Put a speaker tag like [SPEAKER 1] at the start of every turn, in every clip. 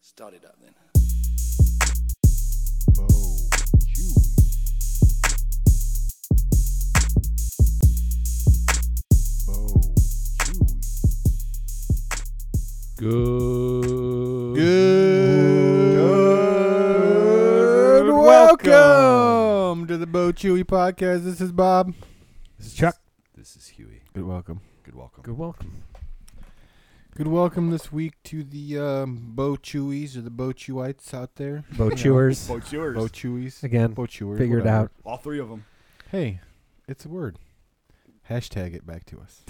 [SPEAKER 1] Start it up then. Oh,
[SPEAKER 2] Good.
[SPEAKER 3] Good welcome. to the Bo Chewy podcast. This is Bob. This is Chuck.
[SPEAKER 1] This is Huey.
[SPEAKER 3] Good welcome.
[SPEAKER 1] Good welcome.
[SPEAKER 2] Good welcome.
[SPEAKER 3] Good welcome this week to the um, Bo Chewies or the Bo Chewites out there.
[SPEAKER 2] Bo chewers.
[SPEAKER 1] Both yours.
[SPEAKER 3] Bo Chewies.
[SPEAKER 2] Again,
[SPEAKER 3] Bo Chewers.
[SPEAKER 2] figured
[SPEAKER 3] whatever.
[SPEAKER 2] out.
[SPEAKER 1] All three of them.
[SPEAKER 3] Hey, it's a word. Hashtag it back to us.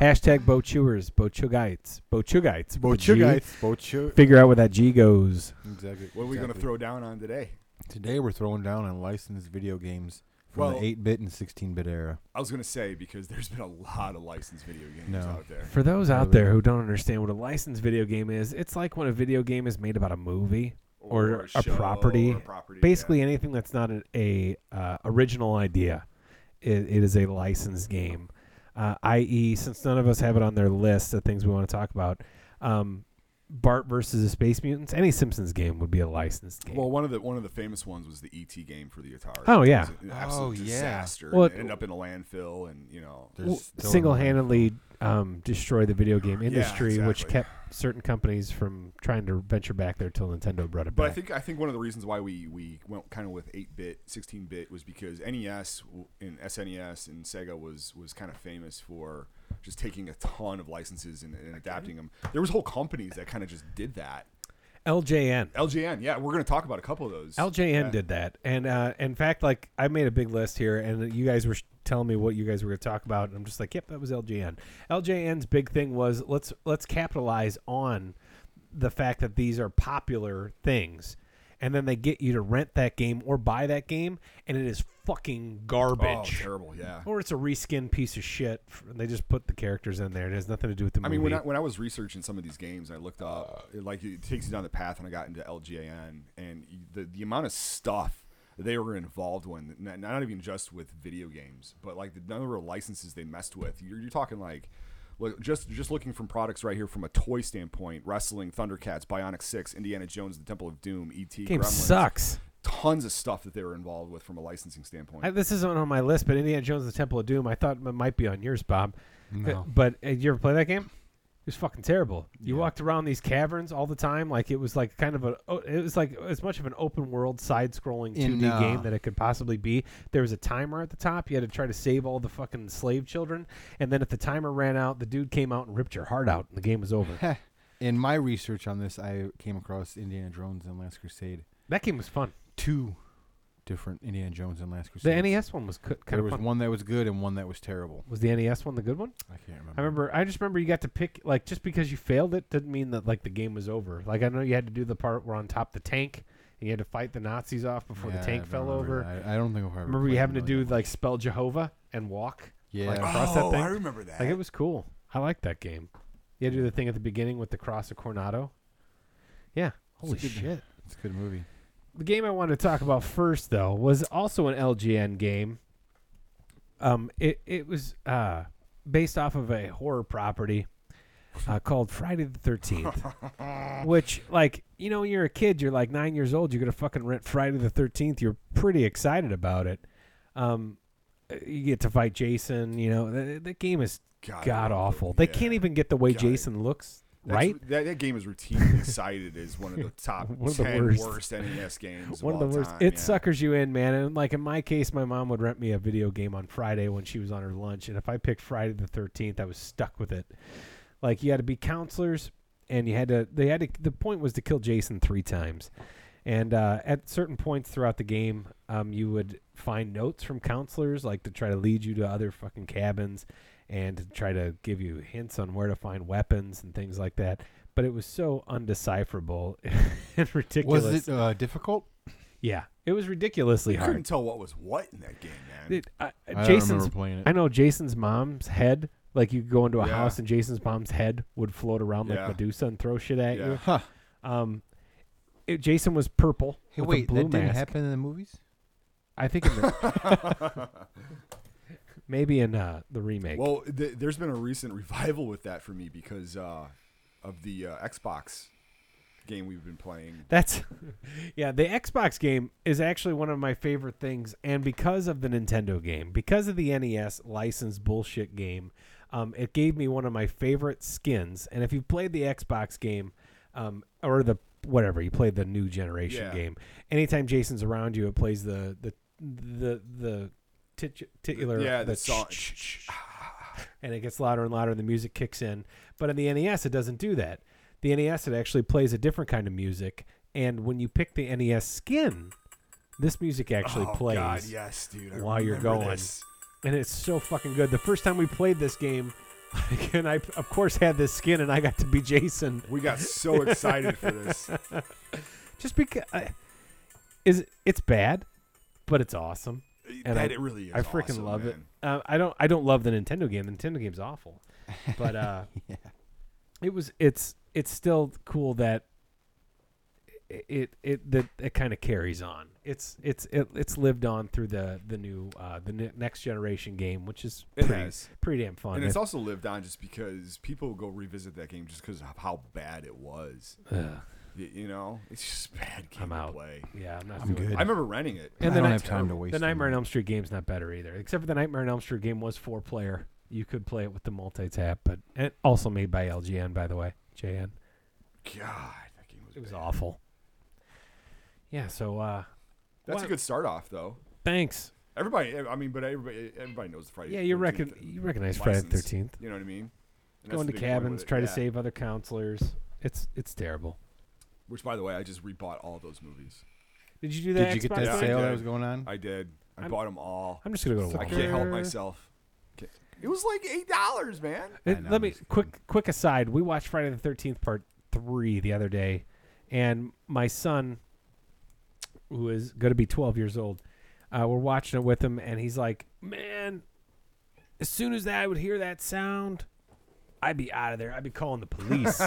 [SPEAKER 2] Hashtag Bo chewers. Bo chugites. Bo chugites.
[SPEAKER 3] Bo Chewites. Bo Chew.
[SPEAKER 2] Figure out where that G goes.
[SPEAKER 3] Exactly.
[SPEAKER 1] What are we going to
[SPEAKER 3] exactly.
[SPEAKER 1] throw down on today?
[SPEAKER 3] Today we're throwing down on licensed video games from
[SPEAKER 1] Well-
[SPEAKER 3] the 8 bit and 16 bit era.
[SPEAKER 1] I was going to say because there's been a lot of licensed video games
[SPEAKER 3] No.
[SPEAKER 1] out there.
[SPEAKER 2] For those out
[SPEAKER 3] Really?
[SPEAKER 2] there who don't understand what a licensed video game is, it's like when a video game is made about a movie. Or
[SPEAKER 1] a,
[SPEAKER 2] a
[SPEAKER 1] show,
[SPEAKER 2] property.
[SPEAKER 1] or a property, yeah.
[SPEAKER 2] Basically, anything that's not an a uh, original idea, it, it is a licensed game. Uh, i.e., since none of us have it on their list of things we want to talk about, um, Bart versus the Space Mutants, any Simpsons game would be a licensed game.
[SPEAKER 1] Well, one of the one of the famous ones was the ET game for the Atari.
[SPEAKER 2] Oh, yeah.
[SPEAKER 1] It was an absolute
[SPEAKER 3] Oh, yeah.
[SPEAKER 1] disaster.
[SPEAKER 2] Well,
[SPEAKER 1] it
[SPEAKER 2] it-
[SPEAKER 1] ended up in a landfill, and you know,
[SPEAKER 3] There's
[SPEAKER 2] Well,
[SPEAKER 3] still an-
[SPEAKER 2] single-handedly um, destroy the video game
[SPEAKER 1] Yeah,
[SPEAKER 2] industry, which
[SPEAKER 1] exactly.
[SPEAKER 2] kept certain companies from trying to venture back there till Nintendo brought it
[SPEAKER 1] But
[SPEAKER 2] back.
[SPEAKER 1] I think I think one of the reasons why we we went kind of with eight bit, sixteen bit was because NES w- and SNES and Sega was was kind of famous for just taking a ton of licenses and, and adapting them. There was whole companies that kind of just did that.
[SPEAKER 2] LJN.
[SPEAKER 1] LJN, yeah, we're going to talk about a couple of those.
[SPEAKER 2] LJN
[SPEAKER 1] Yeah.
[SPEAKER 2] did that, and uh, in fact, like I made a big list here, and you guys were sh- telling me what you guys were going to talk about, and I'm just like, yep, that was LJN. LJN's big thing was let's let's capitalize on the fact that these are popular things, and then they get you to rent that game or buy that game, and it is fucking
[SPEAKER 1] Oh,
[SPEAKER 2] garbage.
[SPEAKER 1] terrible, yeah.
[SPEAKER 2] Or it's a reskin piece of shit. f- They just put the characters in there. It has nothing to do with the
[SPEAKER 1] I
[SPEAKER 2] movie.
[SPEAKER 1] mean, when I, when I was researching some of these games, I looked up it, like it takes you down the path, and I got into LJN and y- the the amount of stuff they were involved with, not, not even just with video games, but like the number of licenses they messed with. You're, you're talking like. look, Just, just looking from products right here from a toy standpoint, wrestling, Thundercats, Bionic Six, Indiana Jones, The Temple of Doom, ET,
[SPEAKER 2] game
[SPEAKER 1] Gremlins,
[SPEAKER 2] sucks.
[SPEAKER 1] tons of stuff that they were involved with from a licensing standpoint.
[SPEAKER 2] I, this isn't on my list, but Indiana Jones and the Temple of Doom. I thought it might be on yours, Bob.
[SPEAKER 3] No.
[SPEAKER 2] But uh, you ever play that game? It was fucking terrible. You
[SPEAKER 3] Yeah.
[SPEAKER 2] walked around these caverns all the time, like it was like kind of a oh, it was like as much of an open world side scrolling
[SPEAKER 3] In,
[SPEAKER 2] 2D
[SPEAKER 3] uh,
[SPEAKER 2] game that it could possibly be. There was a timer at the top. You had to try to save all the fucking slave children, and then if the timer ran out, the dude came out and ripped your heart out, and the game was over.
[SPEAKER 3] Heh. Eh, In my research on this, I came across Indiana Jones and Last Crusade.
[SPEAKER 2] that game was fun.
[SPEAKER 3] Two different Indiana Jones and Last Crusade.
[SPEAKER 2] The NES one was kind
[SPEAKER 3] There
[SPEAKER 2] of
[SPEAKER 3] was
[SPEAKER 2] fun.
[SPEAKER 3] one that was good and one that was terrible.
[SPEAKER 2] was the NES one the good one?
[SPEAKER 3] I can't remember.
[SPEAKER 2] I remember. I just remember you got to pick like just because you failed it didn't mean that like the game was over. Like I know you had to do the part where on top of the tank and you had to fight the Nazis off before
[SPEAKER 3] Yeah,
[SPEAKER 2] the tank
[SPEAKER 3] I
[SPEAKER 2] fell
[SPEAKER 3] remember
[SPEAKER 2] over.
[SPEAKER 3] that. I, I don't think I've ever.
[SPEAKER 2] I remember you
[SPEAKER 3] played
[SPEAKER 2] having to
[SPEAKER 3] one of
[SPEAKER 2] do
[SPEAKER 3] them.
[SPEAKER 2] like spell Jehovah and walk.
[SPEAKER 3] Yeah.
[SPEAKER 2] like,
[SPEAKER 1] oh,
[SPEAKER 2] across that thing.
[SPEAKER 1] I remember that.
[SPEAKER 2] Like it was cool. I liked that game. You had to do the thing at the beginning with the cross of Coronado. Yeah. Holy
[SPEAKER 3] good-
[SPEAKER 2] shit.
[SPEAKER 3] It's a good movie.
[SPEAKER 2] The game I wanted to talk about first, though, was also an LGN game. Um, it it was uh, based off of a horror property uh, called Friday the Thirteenth, which, like, you know, when you're a kid, you're like nine years old, you're gonna fucking rent Friday the Thirteenth. You're pretty excited about it. Um, uh, you get to fight Jason. You know, the, the game is
[SPEAKER 1] God,
[SPEAKER 2] god awful. They
[SPEAKER 1] yeah.
[SPEAKER 2] can't even get the way
[SPEAKER 1] God.
[SPEAKER 2] Jason looks
[SPEAKER 1] That's-
[SPEAKER 2] right.
[SPEAKER 1] That, that game is routinely cited as one of the top
[SPEAKER 2] One of the
[SPEAKER 1] ten
[SPEAKER 2] worst.
[SPEAKER 1] worst NES games.
[SPEAKER 2] one of
[SPEAKER 1] of,
[SPEAKER 2] the
[SPEAKER 1] all
[SPEAKER 2] worst.
[SPEAKER 1] Time.
[SPEAKER 2] it
[SPEAKER 1] yeah.
[SPEAKER 2] suckers you in, man. And like in my case, my mom would rent me a video game on Friday when she was on her lunch, and if I picked Friday the Thirteenth, I was stuck with it. Like you had to be counselors, and you had to. They had to. The point was to kill Jason three times, and uh, at certain points throughout the game, um, you would find notes from counselors, like to try to lead you to other fucking cabins, and to try to give you hints on where to find weapons and things like that. But it was so undecipherable and ridiculous.
[SPEAKER 3] Was it uh, difficult?
[SPEAKER 2] Yeah, it was ridiculously
[SPEAKER 1] You couldn't
[SPEAKER 2] hard.
[SPEAKER 1] tell what was what in that game, man.
[SPEAKER 2] It, I,
[SPEAKER 3] I don't
[SPEAKER 2] Jason's,
[SPEAKER 3] remember playing it.
[SPEAKER 2] I know Jason's mom's head. Like you go into a
[SPEAKER 1] Yeah.
[SPEAKER 2] house and Jason's mom's head would float around like
[SPEAKER 1] Yeah.
[SPEAKER 2] Medusa and throw shit at
[SPEAKER 1] yeah.
[SPEAKER 2] you. Um, it, Jason was purple.
[SPEAKER 3] Hey,
[SPEAKER 2] with a
[SPEAKER 3] wait,
[SPEAKER 2] blue
[SPEAKER 3] that didn't
[SPEAKER 2] mask.
[SPEAKER 3] happen in the movies.
[SPEAKER 2] I think in the, maybe in uh, the remake.
[SPEAKER 1] Well, th- there's been a recent revival with that for me because uh, of the uh, Xbox game we've been playing.
[SPEAKER 2] That's yeah, the Xbox game is actually one of my favorite things and because of the Nintendo game, because of the NES licensed bullshit game, um, it gave me one of my favorite skins. And if you played the Xbox game um, or the whatever, you played the new generation
[SPEAKER 1] Yeah.
[SPEAKER 2] game, anytime Jason's around you, it plays the the the the titu- titular
[SPEAKER 1] yeah, the,
[SPEAKER 2] the
[SPEAKER 1] song.
[SPEAKER 2] and it gets louder and louder and the music kicks in. But in the NES, it doesn't do that. The NES, it actually plays a different kind of music. And when you pick the NES skin, this music actually
[SPEAKER 1] oh,
[SPEAKER 2] plays.
[SPEAKER 1] God, yes, dude. I
[SPEAKER 2] while you're
[SPEAKER 1] remember
[SPEAKER 2] going.
[SPEAKER 1] this.
[SPEAKER 2] And it's so fucking good. The first time we played this game, like, and I, of course, had this skin and I got to be Jason.
[SPEAKER 1] We got so excited for this.
[SPEAKER 2] Just because. I, is It's bad, but it's awesome. And
[SPEAKER 1] that
[SPEAKER 2] I-
[SPEAKER 1] it really is.
[SPEAKER 2] I freaking
[SPEAKER 1] awesome,
[SPEAKER 2] love it.
[SPEAKER 1] man.
[SPEAKER 2] Uh, I don't. I don't love the Nintendo game. The Nintendo game's awful, but uh, it was. It's. It's still cool that it it, it that it kind of carries on. It's it's it, it's lived on through the the new uh, the ne- next generation game, which is
[SPEAKER 1] It
[SPEAKER 2] pretty,
[SPEAKER 1] has.
[SPEAKER 2] pretty damn fun.
[SPEAKER 1] And it's
[SPEAKER 2] It-
[SPEAKER 1] also lived on just because people go revisit that game just because of how bad it was.
[SPEAKER 2] Ugh,
[SPEAKER 1] Y- You know, it's just a bad game
[SPEAKER 2] I'm
[SPEAKER 1] to
[SPEAKER 2] out.
[SPEAKER 1] play.
[SPEAKER 2] yeah, I'm not.
[SPEAKER 3] I'm
[SPEAKER 2] doing
[SPEAKER 3] good.
[SPEAKER 2] it.
[SPEAKER 1] I remember renting it.
[SPEAKER 2] And
[SPEAKER 3] I
[SPEAKER 2] the
[SPEAKER 3] don't
[SPEAKER 2] Night-
[SPEAKER 3] have time to waste.
[SPEAKER 2] The
[SPEAKER 3] on
[SPEAKER 2] Nightmare on
[SPEAKER 3] that.
[SPEAKER 2] Elm Street game's not better either, except for the Nightmare on Elm Street game was four player. You could play it with the multi-tap, but and also made by LGN, by the way, JN.
[SPEAKER 1] God, that game was.
[SPEAKER 2] It was
[SPEAKER 1] bad.
[SPEAKER 2] awful. Yeah, so uh
[SPEAKER 1] That's a
[SPEAKER 2] Wow.
[SPEAKER 1] good start off, though.
[SPEAKER 2] thanks.
[SPEAKER 1] Everybody, eh, I mean, but everybody, everybody knows the Friday.
[SPEAKER 2] Yeah, you
[SPEAKER 1] 13th
[SPEAKER 2] reckon you recognize Friday the
[SPEAKER 1] license.
[SPEAKER 2] thirteenth.
[SPEAKER 1] You know what I mean? And that's
[SPEAKER 2] Going
[SPEAKER 1] the
[SPEAKER 2] to
[SPEAKER 1] big point with
[SPEAKER 2] cabins,
[SPEAKER 1] it,
[SPEAKER 2] try to
[SPEAKER 1] yeah.
[SPEAKER 2] save other counselors. It's it's terrible.
[SPEAKER 1] Which, by the way, I just rebought all those movies.
[SPEAKER 2] Did you do that?
[SPEAKER 3] Did you get
[SPEAKER 2] Xbox
[SPEAKER 3] that
[SPEAKER 1] Yeah, I
[SPEAKER 2] thing?
[SPEAKER 3] sale that
[SPEAKER 1] did.
[SPEAKER 3] was going on?
[SPEAKER 1] I did. I
[SPEAKER 2] I'm-
[SPEAKER 1] bought them all.
[SPEAKER 2] I'm just gonna go to
[SPEAKER 1] I
[SPEAKER 2] Walmart.
[SPEAKER 1] can't help myself. Ca- It was like eight dollars, man.
[SPEAKER 2] Uh,
[SPEAKER 3] I know,
[SPEAKER 2] let
[SPEAKER 3] I'm
[SPEAKER 2] me
[SPEAKER 3] just
[SPEAKER 2] quick quick aside. We watched Friday the Thirteenth Part Three the other day, and my son, who is going to be twelve years old, uh, we're watching it with him, and he's like, "Man, as soon as that I would hear that sound, I'd be out of there. I'd be calling the police."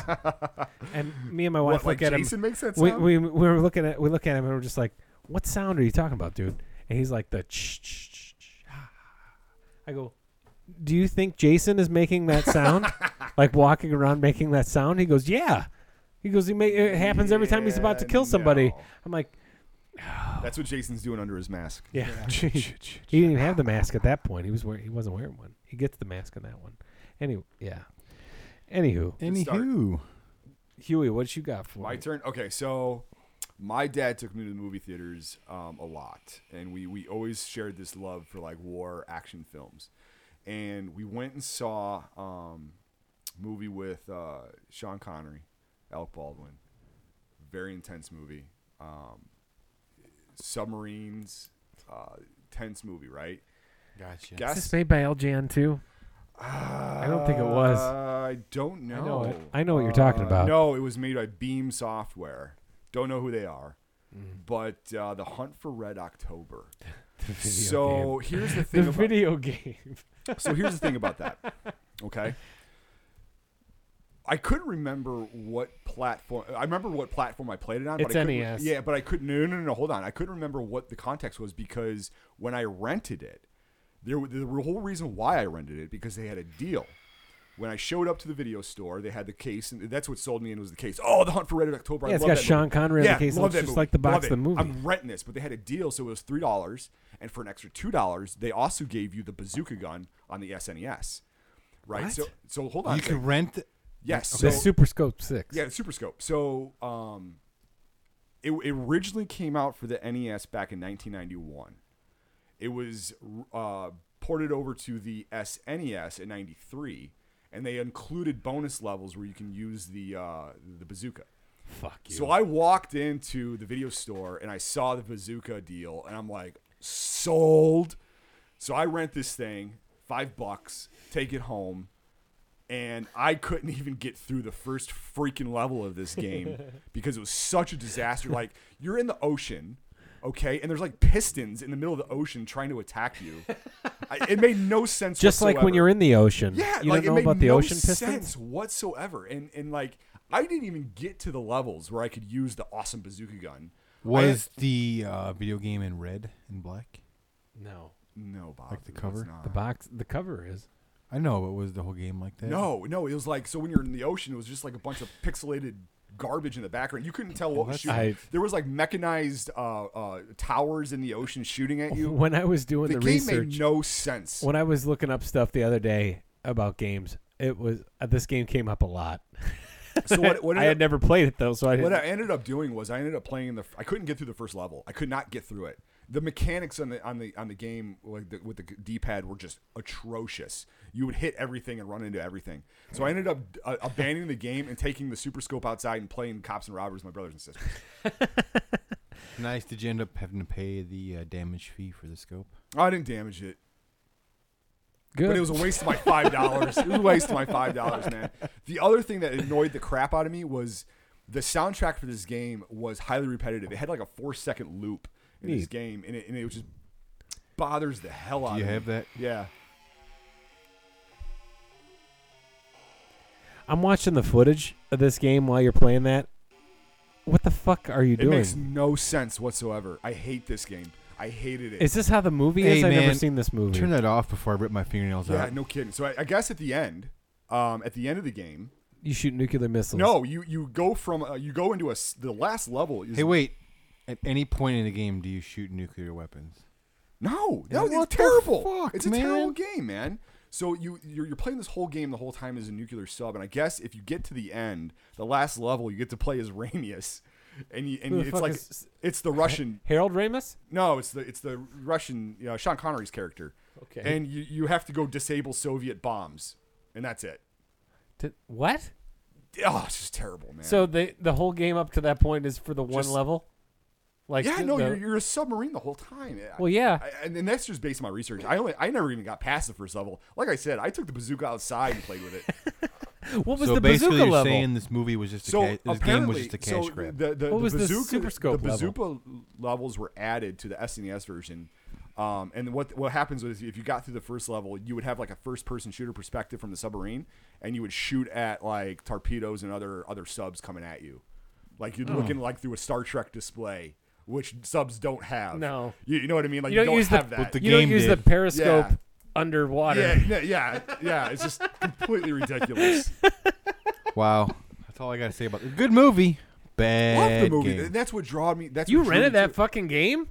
[SPEAKER 2] and me and my wife
[SPEAKER 1] What, like
[SPEAKER 2] look at
[SPEAKER 1] Jason
[SPEAKER 2] him.
[SPEAKER 1] makes that
[SPEAKER 2] We,
[SPEAKER 1] sound?
[SPEAKER 2] we we were looking at we look at him and we're just like, "What sound are you talking about, dude?" And he's like, "The." ch- ch- ch- ch- ah. I go, do you think Jason is making that sound? like walking around making that sound? He goes, yeah. He goes, he ma- it happens every time he's about to
[SPEAKER 1] Yeah,
[SPEAKER 2] kill somebody.
[SPEAKER 1] no.
[SPEAKER 2] I'm like,
[SPEAKER 1] That's what Jason's doing under his mask.
[SPEAKER 2] yeah. he didn't even have the mask at that point. He was wearing, he wasn't wearing one. He gets the mask on that one. Anyway, yeah. Anywho,
[SPEAKER 1] start.
[SPEAKER 3] Anywho,
[SPEAKER 2] Huey, what you got for
[SPEAKER 1] My
[SPEAKER 2] me?
[SPEAKER 1] turn. Okay, so my dad took me to the movie theaters um, a lot, and we we always shared this love for like war action films, and we went and saw um, a movie with uh, Sean Connery, Alec Baldwin, very intense movie, um, submarines, uh, tense movie, right?
[SPEAKER 3] gotcha.
[SPEAKER 2] Is
[SPEAKER 1] Guess
[SPEAKER 2] this made by LGN too?
[SPEAKER 1] I
[SPEAKER 2] don't think it was.
[SPEAKER 1] I don't know.
[SPEAKER 2] I know it. I know what you're talking
[SPEAKER 1] Uh,
[SPEAKER 2] about.
[SPEAKER 1] No, it was made by Beam Software. Don't know who they are, but uh, the Hunt for Red October. so here's the
[SPEAKER 2] the
[SPEAKER 1] thing. about,
[SPEAKER 2] video game.
[SPEAKER 1] so here's the thing about that. Okay. I couldn't remember what platform. I remember what platform I played it on.
[SPEAKER 2] It's E
[SPEAKER 1] but I couldn't-
[SPEAKER 2] NES.
[SPEAKER 1] Yeah, but I couldn't. No, no, no, no. Hold on. I couldn't remember what the context was because when I rented it, there wa- the whole reason why I rented it because they had a deal. When I showed up to the video store, they had the case, and that's what sold me in was the case. Oh, the Hunt for Red October. I
[SPEAKER 2] Yeah, it's
[SPEAKER 1] love
[SPEAKER 2] got
[SPEAKER 1] that
[SPEAKER 2] Sean
[SPEAKER 1] movie.
[SPEAKER 2] Connery in the
[SPEAKER 1] yeah,
[SPEAKER 2] case. It
[SPEAKER 1] Love
[SPEAKER 2] looks
[SPEAKER 1] that
[SPEAKER 2] just
[SPEAKER 1] movie.
[SPEAKER 2] like the box
[SPEAKER 1] Love
[SPEAKER 2] of the
[SPEAKER 1] it.
[SPEAKER 2] movie.
[SPEAKER 1] I'm renting this, but they had a deal, so it was three dollars, and for an extra two dollars, they also gave you the bazooka gun on the SNES. Right.
[SPEAKER 2] What?
[SPEAKER 1] So so hold on. a
[SPEAKER 3] you
[SPEAKER 1] second.
[SPEAKER 3] can rent.
[SPEAKER 1] yes.
[SPEAKER 2] the
[SPEAKER 1] so-
[SPEAKER 2] Super Scope 6.
[SPEAKER 1] yeah, the Super Scope. So, um, it, it originally came out for the NES back in 1991. It was uh, ported over to the SNES in '93, and they included bonus levels where you can use the uh, the bazooka.
[SPEAKER 2] Fuck you.
[SPEAKER 1] So I walked into the video store and I saw the bazooka deal and I'm like, sold. So I rent this thing, five bucks, take it home, and I couldn't even get through the first freaking level of this game because it was such a disaster. Like you're in the ocean, okay, and there's like pistons in the middle of the ocean trying to attack you. I, it made no sense.
[SPEAKER 2] just like when
[SPEAKER 1] whatsoever.
[SPEAKER 2] you're in the ocean.
[SPEAKER 1] Yeah,
[SPEAKER 2] you
[SPEAKER 1] like
[SPEAKER 2] don't know
[SPEAKER 1] it made
[SPEAKER 2] about the
[SPEAKER 1] no
[SPEAKER 2] ocean
[SPEAKER 1] sense
[SPEAKER 2] pistons.
[SPEAKER 1] whatsoever. And and like I didn't even get to the levels where I could use the awesome bazooka gun.
[SPEAKER 3] Was the uh, video game in red and black?
[SPEAKER 2] No,
[SPEAKER 1] I, no, Bob,
[SPEAKER 3] Like the
[SPEAKER 1] it was
[SPEAKER 3] cover?
[SPEAKER 1] not.
[SPEAKER 2] the box, the cover is.
[SPEAKER 3] I know, but was the whole game like that?
[SPEAKER 1] No, no, it was like so when you're in the ocean, it was just like a bunch of pixelated garbage in the background. You couldn't tell what was shooting.
[SPEAKER 2] I-
[SPEAKER 1] there was like mechanized uh, uh, towers in the ocean shooting at you.
[SPEAKER 2] When I was doing
[SPEAKER 1] The,
[SPEAKER 2] Oh, the,
[SPEAKER 1] game
[SPEAKER 2] research,
[SPEAKER 1] made no sense.
[SPEAKER 2] when I was looking up stuff the other day about games, it was uh, this game came up a lot.
[SPEAKER 1] So what- what
[SPEAKER 2] I
[SPEAKER 1] did
[SPEAKER 2] had
[SPEAKER 1] it-
[SPEAKER 2] never played it though, so I didn't.
[SPEAKER 1] What I ended up doing was I ended up playing in the. I couldn't get through the first level. I could not get through it. The mechanics on the on the on the game like the, with the D pad were just atrocious. You would hit everything and run into everything. So I ended up uh, abandoning the game and taking the super scope outside and playing cops and robbers with my brothers and sisters.
[SPEAKER 3] Nice. Did you end up having to pay the uh, damage fee for the scope?
[SPEAKER 1] I didn't damage it,
[SPEAKER 2] Good.
[SPEAKER 1] but it was a waste of my five dollars. it was a waste of my five dollars, man. The other thing that annoyed the crap out of me was the soundtrack for this game was highly repetitive. It had like a four second loop in this
[SPEAKER 2] Neat.
[SPEAKER 1] game, and it, and it just bothers the hell out
[SPEAKER 3] Do you
[SPEAKER 1] of me.
[SPEAKER 3] have that?
[SPEAKER 1] Yeah.
[SPEAKER 2] I'm watching the footage of this game while you're playing that. What the fuck are you
[SPEAKER 1] It
[SPEAKER 2] doing?
[SPEAKER 1] makes no sense whatsoever. I hate this game. I hated it.
[SPEAKER 2] Is this how the movie
[SPEAKER 3] Hey,
[SPEAKER 2] is? I've never
[SPEAKER 3] man,
[SPEAKER 2] seen this movie.
[SPEAKER 3] Turn that off before I rip my fingernails
[SPEAKER 1] yeah,
[SPEAKER 3] out.
[SPEAKER 1] no kidding. So I, I guess at the end, um, at the end of the game,
[SPEAKER 2] you shoot nuclear missiles.
[SPEAKER 1] no, you you go from uh, you go into a s- the last level. Is,
[SPEAKER 3] Hey, wait. At any point in the game, do you shoot nuclear weapons?
[SPEAKER 1] No, no,
[SPEAKER 3] what
[SPEAKER 1] it's
[SPEAKER 3] the
[SPEAKER 1] terrible.
[SPEAKER 3] fuck,
[SPEAKER 1] it's a terrible
[SPEAKER 3] man?
[SPEAKER 1] game, man. So you you're, you're playing this whole game the whole time as a nuclear sub, and I guess if you get to the end, the last level, you get to play as Ramius, and you and
[SPEAKER 2] Who the
[SPEAKER 1] it's
[SPEAKER 2] fuck
[SPEAKER 1] like
[SPEAKER 2] is-
[SPEAKER 1] it's the Russian.
[SPEAKER 2] Harold Ramis.
[SPEAKER 1] No, it's the it's the Russian you know, Sean Connery's character.
[SPEAKER 2] Okay.
[SPEAKER 1] And you you have to go disable Soviet bombs, and that's it.
[SPEAKER 2] Did- what?
[SPEAKER 1] Oh, it's just terrible, man.
[SPEAKER 2] So the the whole game up to that point is for the one
[SPEAKER 1] Just-
[SPEAKER 2] level. Like
[SPEAKER 1] yeah,
[SPEAKER 2] the-
[SPEAKER 1] no,
[SPEAKER 2] the-
[SPEAKER 1] you're, you're a submarine the whole time.
[SPEAKER 2] Well, yeah.
[SPEAKER 1] I, and and that's just based on my research. I only I never even got past the first level. Like I said, I took the bazooka outside and played with it.
[SPEAKER 2] What was
[SPEAKER 3] so
[SPEAKER 2] the bazooka
[SPEAKER 3] basically, you're
[SPEAKER 2] level?
[SPEAKER 3] saying this movie was just a
[SPEAKER 1] so
[SPEAKER 3] ca- this
[SPEAKER 1] apparently,
[SPEAKER 3] game was just a cash
[SPEAKER 1] so
[SPEAKER 3] grab.
[SPEAKER 1] The, the, the
[SPEAKER 2] What was the
[SPEAKER 1] bazooka,
[SPEAKER 2] Super Scope
[SPEAKER 1] the
[SPEAKER 2] level?
[SPEAKER 1] bazooka levels were added to the SNES version. Um, and what what happens was if you got through the first level, you would have like a first person shooter perspective from the submarine, and you would shoot at like torpedoes and other other subs coming at you, like
[SPEAKER 2] Hmm.
[SPEAKER 1] you're looking like through a Star Trek display, which subs don't have.
[SPEAKER 2] No.
[SPEAKER 1] you, you know what I mean. Like
[SPEAKER 2] you
[SPEAKER 1] Oh, you,
[SPEAKER 2] don't,
[SPEAKER 1] don't,
[SPEAKER 2] use
[SPEAKER 1] have
[SPEAKER 2] the,
[SPEAKER 1] that.
[SPEAKER 3] the
[SPEAKER 2] you don't
[SPEAKER 3] game
[SPEAKER 2] use the
[SPEAKER 3] did.
[SPEAKER 2] periscope
[SPEAKER 1] Yeah.
[SPEAKER 2] underwater.
[SPEAKER 1] yeah, yeah, yeah, yeah. It's just completely ridiculous.
[SPEAKER 3] wow, that's all I gotta say about it. Good movie, bad
[SPEAKER 1] Love the movie.
[SPEAKER 3] game.
[SPEAKER 1] And That's what drawed me. That's
[SPEAKER 2] You
[SPEAKER 1] what drew
[SPEAKER 2] rented
[SPEAKER 1] me to
[SPEAKER 2] that
[SPEAKER 1] it.
[SPEAKER 2] fucking game?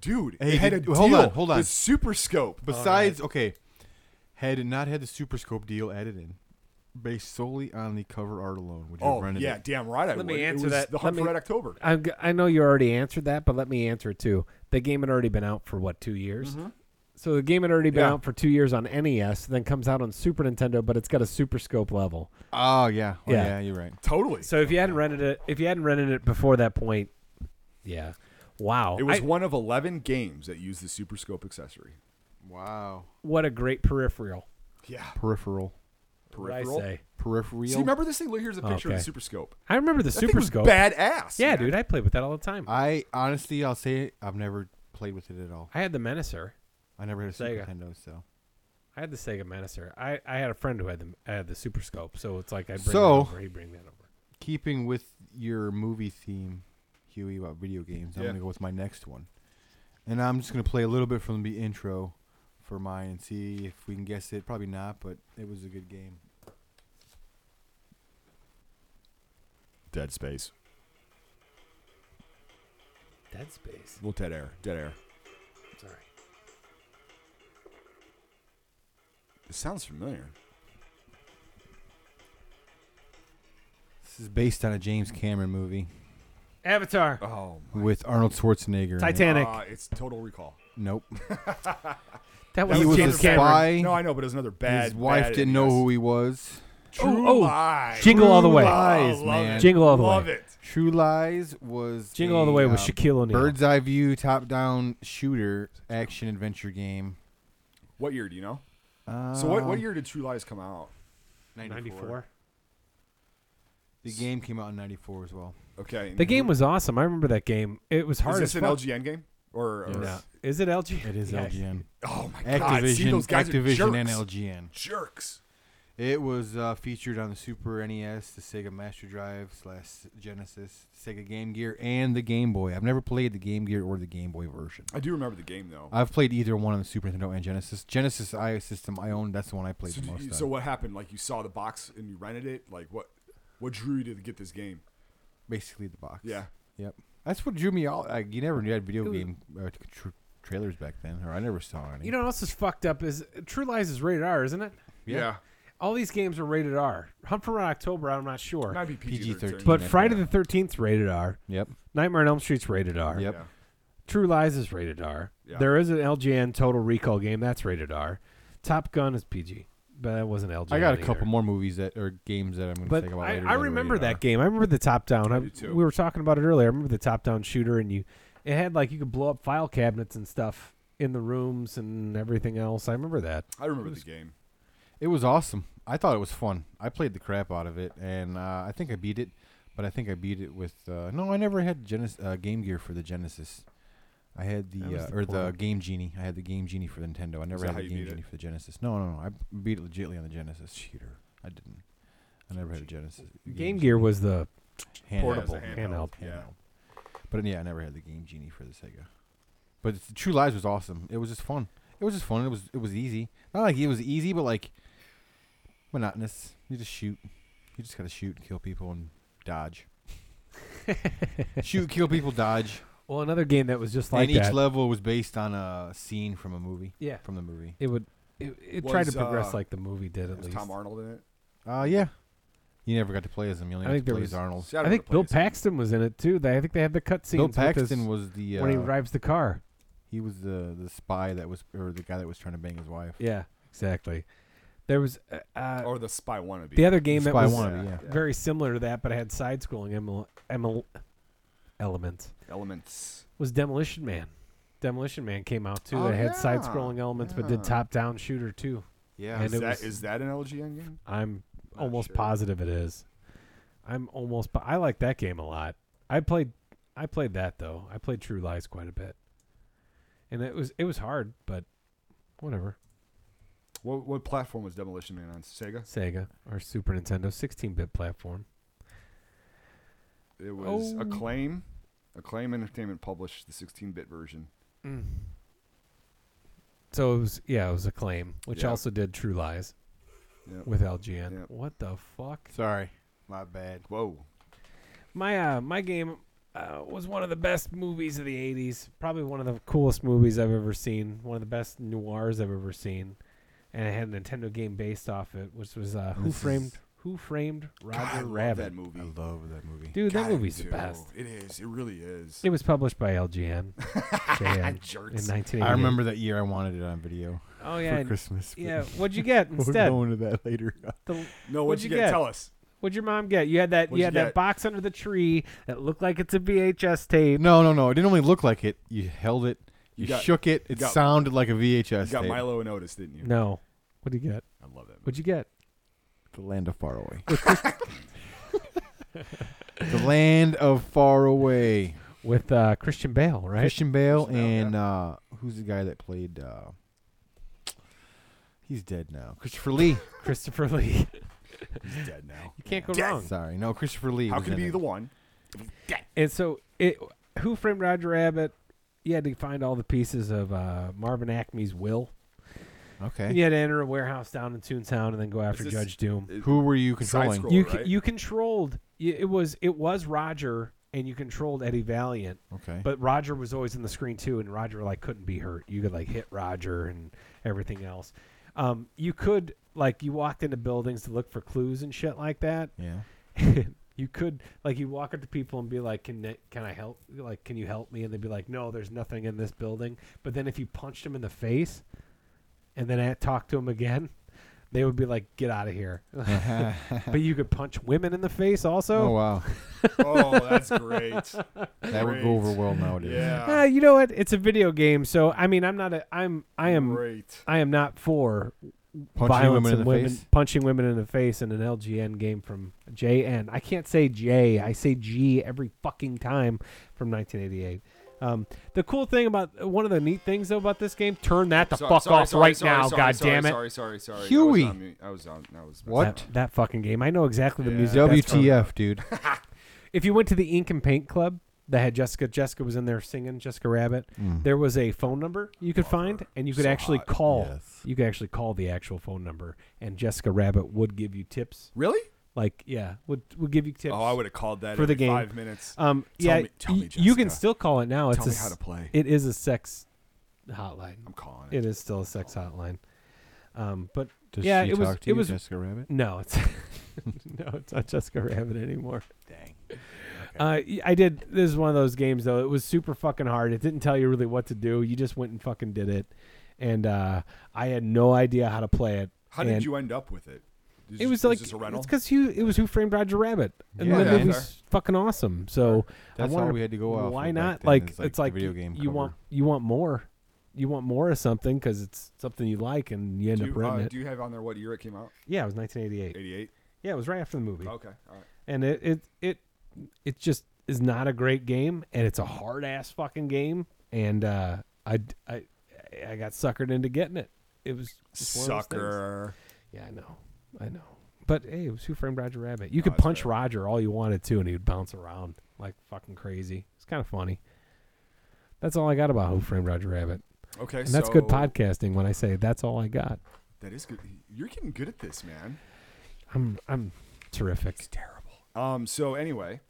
[SPEAKER 1] dude.
[SPEAKER 3] Hey,
[SPEAKER 1] it had a
[SPEAKER 3] did-
[SPEAKER 1] deal
[SPEAKER 3] hold on, hold on.
[SPEAKER 1] with Super Scope.
[SPEAKER 3] Besides, okay, had it not had the Super Scope deal added in, based solely on the cover art alone, would you
[SPEAKER 1] Oh
[SPEAKER 3] run it?
[SPEAKER 1] yeah, damn right I
[SPEAKER 2] Let
[SPEAKER 1] would.
[SPEAKER 2] me
[SPEAKER 1] It
[SPEAKER 2] answer
[SPEAKER 1] was
[SPEAKER 2] that.
[SPEAKER 1] The
[SPEAKER 2] Let
[SPEAKER 1] Hunt for
[SPEAKER 2] me-
[SPEAKER 1] Red October.
[SPEAKER 2] I'm, g- I know you already answered that, but let me answer it too. The game had already been out for what two years?
[SPEAKER 1] Mm-hmm.
[SPEAKER 2] So the game had already been
[SPEAKER 1] Yeah.
[SPEAKER 2] out for two years on NES, then comes out on Super Nintendo, but it's got a Super Scope level.
[SPEAKER 3] Oh yeah. Oh,
[SPEAKER 2] Yeah.
[SPEAKER 3] yeah. You're right.
[SPEAKER 1] Totally.
[SPEAKER 2] So if you hadn't rented it, if you hadn't rented it before that point, yeah, wow,
[SPEAKER 1] it was
[SPEAKER 2] I-
[SPEAKER 1] one of eleven games that used the Super Scope accessory.
[SPEAKER 3] Wow.
[SPEAKER 2] what a great peripheral.
[SPEAKER 1] Yeah.
[SPEAKER 3] Peripheral.
[SPEAKER 2] what did
[SPEAKER 1] Peripheral.
[SPEAKER 2] I say. Oh,
[SPEAKER 3] Peripheral.
[SPEAKER 1] See, remember this thing? Look, here's a picture of
[SPEAKER 2] Okay.
[SPEAKER 1] the Super Scope.
[SPEAKER 2] I remember the
[SPEAKER 1] That
[SPEAKER 2] Super
[SPEAKER 1] thing was
[SPEAKER 2] Scope.
[SPEAKER 1] Badass.
[SPEAKER 2] Yeah,
[SPEAKER 1] man.
[SPEAKER 2] dude, I played with that all the time. I,
[SPEAKER 3] I honestly, I'll say it. I've never played with it at all.
[SPEAKER 2] had the Menacer.
[SPEAKER 3] I never had a Super
[SPEAKER 2] Sega.
[SPEAKER 3] Nintendo, so.
[SPEAKER 2] I had the Sega Menacer. I, I had a friend who had the I had the Super Scope, so it's like I bring
[SPEAKER 3] So-
[SPEAKER 2] that over, he bring that over.
[SPEAKER 3] Keeping with your movie theme, Huey, about video games, I'm
[SPEAKER 1] Yeah.
[SPEAKER 3] gonna go with my next one, and I'm just gonna play a little bit from the intro for mine and see if we can guess it. Probably not, but it was a good game.
[SPEAKER 1] Dead Space.
[SPEAKER 2] Dead Space.
[SPEAKER 1] Well, Dead Air. Dead Air.
[SPEAKER 2] Sorry.
[SPEAKER 1] It sounds familiar.
[SPEAKER 3] This is based on a James Cameron movie
[SPEAKER 2] Avatar.
[SPEAKER 1] Oh.
[SPEAKER 3] with Arnold Schwarzenegger. in it.
[SPEAKER 2] Titanic.
[SPEAKER 1] Uh, it's Total Recall.
[SPEAKER 3] Nope.
[SPEAKER 2] that
[SPEAKER 1] That
[SPEAKER 2] was,
[SPEAKER 3] he was
[SPEAKER 2] James
[SPEAKER 3] a
[SPEAKER 2] Cameron.
[SPEAKER 3] spy.
[SPEAKER 1] No, I know, but it was another bad.
[SPEAKER 3] His wife
[SPEAKER 1] bad
[SPEAKER 3] didn't know who he was.
[SPEAKER 1] True
[SPEAKER 2] Oh, oh,
[SPEAKER 1] Lies.
[SPEAKER 2] Jingle all the
[SPEAKER 3] True
[SPEAKER 2] way.
[SPEAKER 3] Lies,
[SPEAKER 1] Oh, love
[SPEAKER 3] man.
[SPEAKER 1] it.
[SPEAKER 2] Jingle all the
[SPEAKER 1] Love
[SPEAKER 2] way.
[SPEAKER 1] it.
[SPEAKER 3] True Lies was
[SPEAKER 2] Jingle all the way
[SPEAKER 3] a,
[SPEAKER 2] with
[SPEAKER 3] uh,
[SPEAKER 1] um,
[SPEAKER 2] Shaquille O'Neal.
[SPEAKER 3] bird's eye view top down shooter action adventure game.
[SPEAKER 1] What year do you know? So what, what
[SPEAKER 3] Um,
[SPEAKER 1] year did True Lies come out?
[SPEAKER 2] 94.
[SPEAKER 3] The game came out in 94 as well.
[SPEAKER 1] Okay.
[SPEAKER 2] The game was awesome. I remember that game. It was hard
[SPEAKER 1] Is this
[SPEAKER 2] as
[SPEAKER 1] an
[SPEAKER 2] fuck.
[SPEAKER 1] LGN game? Or, or
[SPEAKER 2] No. Is it LG? Yeah.
[SPEAKER 1] oh my god! See,
[SPEAKER 3] Activision,
[SPEAKER 1] those guys are jerks.
[SPEAKER 3] Activision and LGN.
[SPEAKER 1] jerks.
[SPEAKER 3] It was uh, featured on the Super NES, the Sega Master Drive slash Genesis, Sega Game Gear, and the Game Boy. I've never played the Game Gear or the Game Boy version.
[SPEAKER 1] I do remember the game though.
[SPEAKER 3] I've played either one on the Super Nintendo and Genesis. Genesis I system I own. That's the one I played
[SPEAKER 1] so,
[SPEAKER 3] the
[SPEAKER 1] did
[SPEAKER 3] most.
[SPEAKER 1] you-
[SPEAKER 3] of.
[SPEAKER 1] so what happened? Like you saw the box and you rented it. Like what? What drew you to get this game?
[SPEAKER 3] basically the box.
[SPEAKER 1] Yeah.
[SPEAKER 3] That's what drew me out. Like, you never knew you had video
[SPEAKER 2] It was-
[SPEAKER 3] game uh, tr- trailers back then, or I never saw any.
[SPEAKER 2] You know what else is fucked up is True Lies is rated R, isn't it?
[SPEAKER 1] Yeah.
[SPEAKER 2] All these games are rated R. Hunt for Red October, I'm not sure.
[SPEAKER 1] Might be PG-13.
[SPEAKER 3] PG-13.
[SPEAKER 2] but
[SPEAKER 3] yeah.
[SPEAKER 2] Friday the 13th rated R.
[SPEAKER 3] Yep.
[SPEAKER 2] Nightmare on Elm Street's rated R.
[SPEAKER 1] yeah.
[SPEAKER 3] Yep.
[SPEAKER 2] True Lies is rated R.
[SPEAKER 1] Yeah.
[SPEAKER 2] There is an LGN Total Recall game that's rated R. Top Gun is PG, but that wasn't LGN.
[SPEAKER 3] I got a
[SPEAKER 2] either.
[SPEAKER 3] couple more movies that or games that I'm going to
[SPEAKER 2] But
[SPEAKER 3] think about
[SPEAKER 2] I,
[SPEAKER 3] later.
[SPEAKER 2] I
[SPEAKER 3] that are
[SPEAKER 2] remember
[SPEAKER 3] rated
[SPEAKER 2] that
[SPEAKER 3] R.
[SPEAKER 2] game. I remember the top down. I,
[SPEAKER 1] do too.
[SPEAKER 2] we were talking about it earlier. I remember the top down shooter, and you, it had like you could blow up file cabinets and stuff in the rooms and everything else. I remember that.
[SPEAKER 1] I remember the game.
[SPEAKER 3] It was awesome. I thought it was fun. I played the crap out of it, and uh, I think I beat it. But I think I beat it with uh, no. I never had Genes- uh, Game Gear for the Genesis. I had
[SPEAKER 2] That
[SPEAKER 3] the,
[SPEAKER 2] was
[SPEAKER 3] uh,
[SPEAKER 2] the
[SPEAKER 3] or the
[SPEAKER 2] portal.
[SPEAKER 3] Game Genie. I had the Game Genie for Nintendo. I never
[SPEAKER 1] that
[SPEAKER 3] had
[SPEAKER 1] how
[SPEAKER 3] the
[SPEAKER 1] you
[SPEAKER 3] Game
[SPEAKER 1] beat it?
[SPEAKER 3] Genie for the Genesis. No, no, no. I beat it legitly on the Genesis. Cheater. I didn't. I never had a Genesis.
[SPEAKER 2] Game Gear was the
[SPEAKER 3] Handheld.
[SPEAKER 1] Portable.
[SPEAKER 2] Handheld,
[SPEAKER 1] handheld.
[SPEAKER 3] Yeah.
[SPEAKER 1] Yeah.
[SPEAKER 3] But yeah, I never had the Game Genie for the Sega. But it's, True Lies was awesome. It was just fun. It was just fun. It was it was easy. Not like it was easy, but like monotonous. You just shoot. You just gotta shoot and kill people and dodge. shoot, kill people, dodge.
[SPEAKER 2] well, another game that was just like
[SPEAKER 3] and each
[SPEAKER 2] that.
[SPEAKER 3] level was based on a scene from a movie.
[SPEAKER 2] yeah,
[SPEAKER 3] From the movie.
[SPEAKER 2] it would. It, it tried to
[SPEAKER 1] Was,
[SPEAKER 2] progress
[SPEAKER 1] uh,
[SPEAKER 2] like the movie did at
[SPEAKER 1] Was
[SPEAKER 2] least.
[SPEAKER 1] Tom Arnold in it?
[SPEAKER 3] Uh yeah. You never got to play as him. You only
[SPEAKER 2] I
[SPEAKER 3] got
[SPEAKER 2] think
[SPEAKER 3] to
[SPEAKER 2] there
[SPEAKER 3] play
[SPEAKER 2] was-
[SPEAKER 3] as Arnold.
[SPEAKER 1] See, I
[SPEAKER 2] I
[SPEAKER 1] remember
[SPEAKER 2] think
[SPEAKER 1] playing
[SPEAKER 2] Bill
[SPEAKER 1] this.
[SPEAKER 2] Paxton was in it too. They, I think they had the cutscenes.
[SPEAKER 3] Bill
[SPEAKER 2] with his-
[SPEAKER 3] Paxton was the uh,
[SPEAKER 2] when he drives the car.
[SPEAKER 3] he was the the spy that was or the guy that was trying to bang his wife.
[SPEAKER 2] Yeah, exactly. There was uh, uh,
[SPEAKER 1] Or the Spy Wannabe.
[SPEAKER 2] the other game that
[SPEAKER 3] Spy
[SPEAKER 2] was
[SPEAKER 3] wannabe, yeah.
[SPEAKER 2] very similar to that, but it had side-scrolling ML, ML elements.
[SPEAKER 1] Elements.
[SPEAKER 2] Was Demolition Man? Demolition Man came out too.
[SPEAKER 1] Oh,
[SPEAKER 2] that had
[SPEAKER 1] yeah,
[SPEAKER 2] side-scrolling elements, but did
[SPEAKER 1] yeah.
[SPEAKER 2] top-down shooter too.
[SPEAKER 3] Yeah.
[SPEAKER 2] And
[SPEAKER 1] Is
[SPEAKER 2] it
[SPEAKER 1] that,
[SPEAKER 2] was-
[SPEAKER 1] is that an LGN game?
[SPEAKER 2] I'm
[SPEAKER 1] Not
[SPEAKER 2] almost
[SPEAKER 1] sure.
[SPEAKER 2] positive it is. I'm almost. Po- I like that game a lot. I played. I played that though. I played True Lies quite a bit, and it was it was hard, but whatever.
[SPEAKER 1] What, what platform was Demolition Man on? Sega?
[SPEAKER 2] Sega or Super Nintendo, 16-bit platform.
[SPEAKER 1] It was
[SPEAKER 2] Oh.
[SPEAKER 1] Acclaim. Acclaim Entertainment published the 16-bit version.
[SPEAKER 2] So it was yeah, it was Acclaim, which
[SPEAKER 1] Yeah.
[SPEAKER 2] also did True Lies
[SPEAKER 1] Yep.
[SPEAKER 2] with LGN.
[SPEAKER 1] Yeah.
[SPEAKER 2] What the fuck?
[SPEAKER 3] Sorry. My bad.
[SPEAKER 1] Whoa.
[SPEAKER 2] My uh, my game uh, was one of the best movies of the '80s. Probably one of the coolest movies I've ever seen. One of the best noirs I've ever seen. And it had a Nintendo game based off it, which was uh, Who
[SPEAKER 3] This is-
[SPEAKER 2] Framed Who Framed Roger
[SPEAKER 1] God, I love
[SPEAKER 2] Rabbit.
[SPEAKER 1] that movie.
[SPEAKER 3] I love that movie.
[SPEAKER 2] Dude,
[SPEAKER 1] God,
[SPEAKER 2] that
[SPEAKER 1] I
[SPEAKER 2] movie's the
[SPEAKER 1] do.
[SPEAKER 2] best.
[SPEAKER 1] It is. It really is.
[SPEAKER 2] It was published by LGN. They, uh, in
[SPEAKER 1] Jerks.
[SPEAKER 2] 1988.
[SPEAKER 3] I remember that year I wanted it on video
[SPEAKER 2] Oh yeah,
[SPEAKER 3] for
[SPEAKER 2] and-
[SPEAKER 3] Christmas. but
[SPEAKER 2] yeah. What'd you get
[SPEAKER 3] We're
[SPEAKER 2] instead?
[SPEAKER 3] going to that later.
[SPEAKER 2] The-
[SPEAKER 1] No,
[SPEAKER 2] What'd
[SPEAKER 1] what'd
[SPEAKER 2] you
[SPEAKER 1] you, get?
[SPEAKER 2] get?
[SPEAKER 1] Tell us.
[SPEAKER 2] What'd your mom get? You had that.
[SPEAKER 1] What'd
[SPEAKER 2] you
[SPEAKER 1] you
[SPEAKER 2] had that
[SPEAKER 1] get?
[SPEAKER 2] box under the tree that looked like it's a VHS tape.
[SPEAKER 3] no, no, no. It didn't only look like it. You held it. You,
[SPEAKER 1] You got-
[SPEAKER 3] shook it. It
[SPEAKER 1] got-
[SPEAKER 3] sounded like a
[SPEAKER 1] You
[SPEAKER 3] VHS
[SPEAKER 1] got
[SPEAKER 3] tape.
[SPEAKER 1] Milo and Otis, didn't you?
[SPEAKER 2] No. What'd you get?
[SPEAKER 1] I love that movie.
[SPEAKER 2] What'd you get?
[SPEAKER 3] the land of far away. the land of far away.
[SPEAKER 2] With uh, Christian Bale, right?
[SPEAKER 3] Christian Bale
[SPEAKER 1] Christian Bale,
[SPEAKER 3] and uh, who's the guy that played? Uh, he's dead now. Christopher Lee.
[SPEAKER 2] Christopher Lee.
[SPEAKER 1] He's dead now.
[SPEAKER 2] you can't go
[SPEAKER 1] Death.
[SPEAKER 2] wrong.
[SPEAKER 3] Sorry, no, Christopher Lee.
[SPEAKER 1] How
[SPEAKER 3] was
[SPEAKER 1] could
[SPEAKER 3] in
[SPEAKER 1] he be
[SPEAKER 3] it.
[SPEAKER 1] the one?
[SPEAKER 2] And so it. Who framed Roger Rabbit? You had to find all the pieces of uh, Marvin Acme's will.
[SPEAKER 3] Okay.
[SPEAKER 2] And you had to enter a warehouse down in Toontown and then go after
[SPEAKER 1] this-
[SPEAKER 2] Judge Doom.
[SPEAKER 3] Who were you controlling?
[SPEAKER 1] Side-scroll.
[SPEAKER 2] you
[SPEAKER 1] right?
[SPEAKER 2] c- you controlled. y- It was it was Roger, and you controlled Eddie Valiant.
[SPEAKER 3] Okay.
[SPEAKER 2] But Roger was always in the screen too, and Roger like couldn't be hurt. You could like hit Roger and everything else. Um, you could like you walked into buildings to look for clues and shit like that.
[SPEAKER 3] yeah.
[SPEAKER 2] you could like you walk up to people and be like, "Can I- can I help? Like, can you help me?" And they'd be like, "No, there's nothing in this building." But then if you punched them in the face, and then I talked to them again, they would be like, "Get out of here." but you could punch women in the face also.
[SPEAKER 3] oh wow,
[SPEAKER 1] oh, that's great.
[SPEAKER 3] that would go over
[SPEAKER 1] Great.
[SPEAKER 3] well nowadays.
[SPEAKER 2] Ah,
[SPEAKER 1] Yeah.
[SPEAKER 2] you know what? It's a video game, so I mean, I'm not a, I'm, I am,
[SPEAKER 1] Great.
[SPEAKER 2] I am not for
[SPEAKER 3] Punching
[SPEAKER 2] violence
[SPEAKER 3] women in
[SPEAKER 2] and
[SPEAKER 3] the
[SPEAKER 2] women
[SPEAKER 3] face?
[SPEAKER 2] punching women in the face in an LGN game from JN. I can't say J. I say G every fucking time from 1988. Um, the cool thing about one of the neat things though about this game, turn that the
[SPEAKER 1] Sorry,
[SPEAKER 2] fuck
[SPEAKER 1] sorry,
[SPEAKER 2] off
[SPEAKER 1] sorry,
[SPEAKER 2] right
[SPEAKER 1] sorry,
[SPEAKER 2] now,
[SPEAKER 1] sorry,
[SPEAKER 2] god
[SPEAKER 1] sorry,
[SPEAKER 2] damn it!
[SPEAKER 1] Sorry, sorry, sorry.
[SPEAKER 3] Huey.
[SPEAKER 1] I was on mute. I was on. I was
[SPEAKER 3] What?
[SPEAKER 2] That, that fucking game. I know exactly the
[SPEAKER 1] Yeah.
[SPEAKER 2] music. that's from.
[SPEAKER 3] WTF, dude?
[SPEAKER 2] If you went to the Ink and Paint Club that had Jessica, Jessica was in there singing Jessica Rabbit.
[SPEAKER 3] Hmm.
[SPEAKER 2] There was a phone number you could find, and you could
[SPEAKER 1] So
[SPEAKER 2] actually
[SPEAKER 1] hot.
[SPEAKER 2] call.
[SPEAKER 3] Yes.
[SPEAKER 2] You could actually call the actual phone number, and Jessica Rabbit would give you tips
[SPEAKER 1] Really?
[SPEAKER 2] Like, yeah, we'll, we'll give you tips.
[SPEAKER 1] Oh, I would have called that
[SPEAKER 2] For the
[SPEAKER 1] every
[SPEAKER 2] game.
[SPEAKER 1] Five minutes.
[SPEAKER 2] Um,
[SPEAKER 1] Tell
[SPEAKER 2] yeah,
[SPEAKER 1] me- tell
[SPEAKER 2] y-
[SPEAKER 1] me,
[SPEAKER 2] you can
[SPEAKER 1] Jessica.
[SPEAKER 2] still call it now. Oh, It's
[SPEAKER 1] Tell
[SPEAKER 2] a
[SPEAKER 1] me how
[SPEAKER 2] s-
[SPEAKER 1] to play.
[SPEAKER 2] it is a sex hotline.
[SPEAKER 1] I'm calling it.
[SPEAKER 2] It is still a sex hotline. Um, but
[SPEAKER 3] Does
[SPEAKER 2] Yeah,
[SPEAKER 3] she
[SPEAKER 2] it was-
[SPEAKER 3] talk to
[SPEAKER 2] it
[SPEAKER 3] you,
[SPEAKER 2] was-
[SPEAKER 3] Jessica Rabbit?
[SPEAKER 2] no, it's no, it's not Jessica Rabbit anymore.
[SPEAKER 3] Dang.
[SPEAKER 2] Uh, y- I did. This is one of those games though. It was super fucking hard. It didn't tell you really what to do. You just went and fucking did it, and uh, I had no idea how to play it.
[SPEAKER 1] How did
[SPEAKER 2] and-
[SPEAKER 1] you end up with it? Is
[SPEAKER 2] It
[SPEAKER 1] this-
[SPEAKER 2] was
[SPEAKER 1] is
[SPEAKER 2] like
[SPEAKER 1] this a rental?
[SPEAKER 2] it's because who it was Who Framed Roger Rabbit, and
[SPEAKER 3] Yeah,
[SPEAKER 2] that
[SPEAKER 1] that's
[SPEAKER 2] movie's
[SPEAKER 1] fair.
[SPEAKER 2] fucking awesome. So
[SPEAKER 3] That's
[SPEAKER 2] I
[SPEAKER 3] all
[SPEAKER 2] wanted
[SPEAKER 3] we had to go off.
[SPEAKER 2] why
[SPEAKER 3] of back
[SPEAKER 2] not?
[SPEAKER 3] then
[SPEAKER 2] Like,
[SPEAKER 3] is,
[SPEAKER 2] it's like
[SPEAKER 3] the video
[SPEAKER 2] y-
[SPEAKER 3] game.
[SPEAKER 2] You
[SPEAKER 3] cover.
[SPEAKER 2] want you want more. You want more of something because it's something you like, and you end
[SPEAKER 1] do,
[SPEAKER 2] up
[SPEAKER 1] you,
[SPEAKER 2] renting
[SPEAKER 1] uh,
[SPEAKER 2] it.
[SPEAKER 1] do you have on there what year it came out?
[SPEAKER 2] yeah, it was 1988.
[SPEAKER 1] 88.
[SPEAKER 2] Yeah, it was right after the movie,
[SPEAKER 1] Okay. All right.
[SPEAKER 2] and it it it it just is not a great game, and it's a hard ass fucking game, and uh, I d- I I got suckered into getting it. It was just one of those things.
[SPEAKER 1] Sucker.
[SPEAKER 2] Yeah, I know. I know. But hey, it was Who Framed Roger Rabbit. You
[SPEAKER 1] Oh,
[SPEAKER 2] could
[SPEAKER 1] that's
[SPEAKER 2] punch
[SPEAKER 1] fair.
[SPEAKER 2] Roger all you wanted to, and he would bounce around like fucking crazy. It's kind of funny. That's all I got about Who Framed Roger Rabbit,
[SPEAKER 1] Okay.
[SPEAKER 2] and that's good
[SPEAKER 1] so-
[SPEAKER 2] podcasting. When I say that's all I got,
[SPEAKER 1] That is good. You're getting good at this, man.
[SPEAKER 2] I'm I'm terrific.
[SPEAKER 1] terrible. Um. So anyway,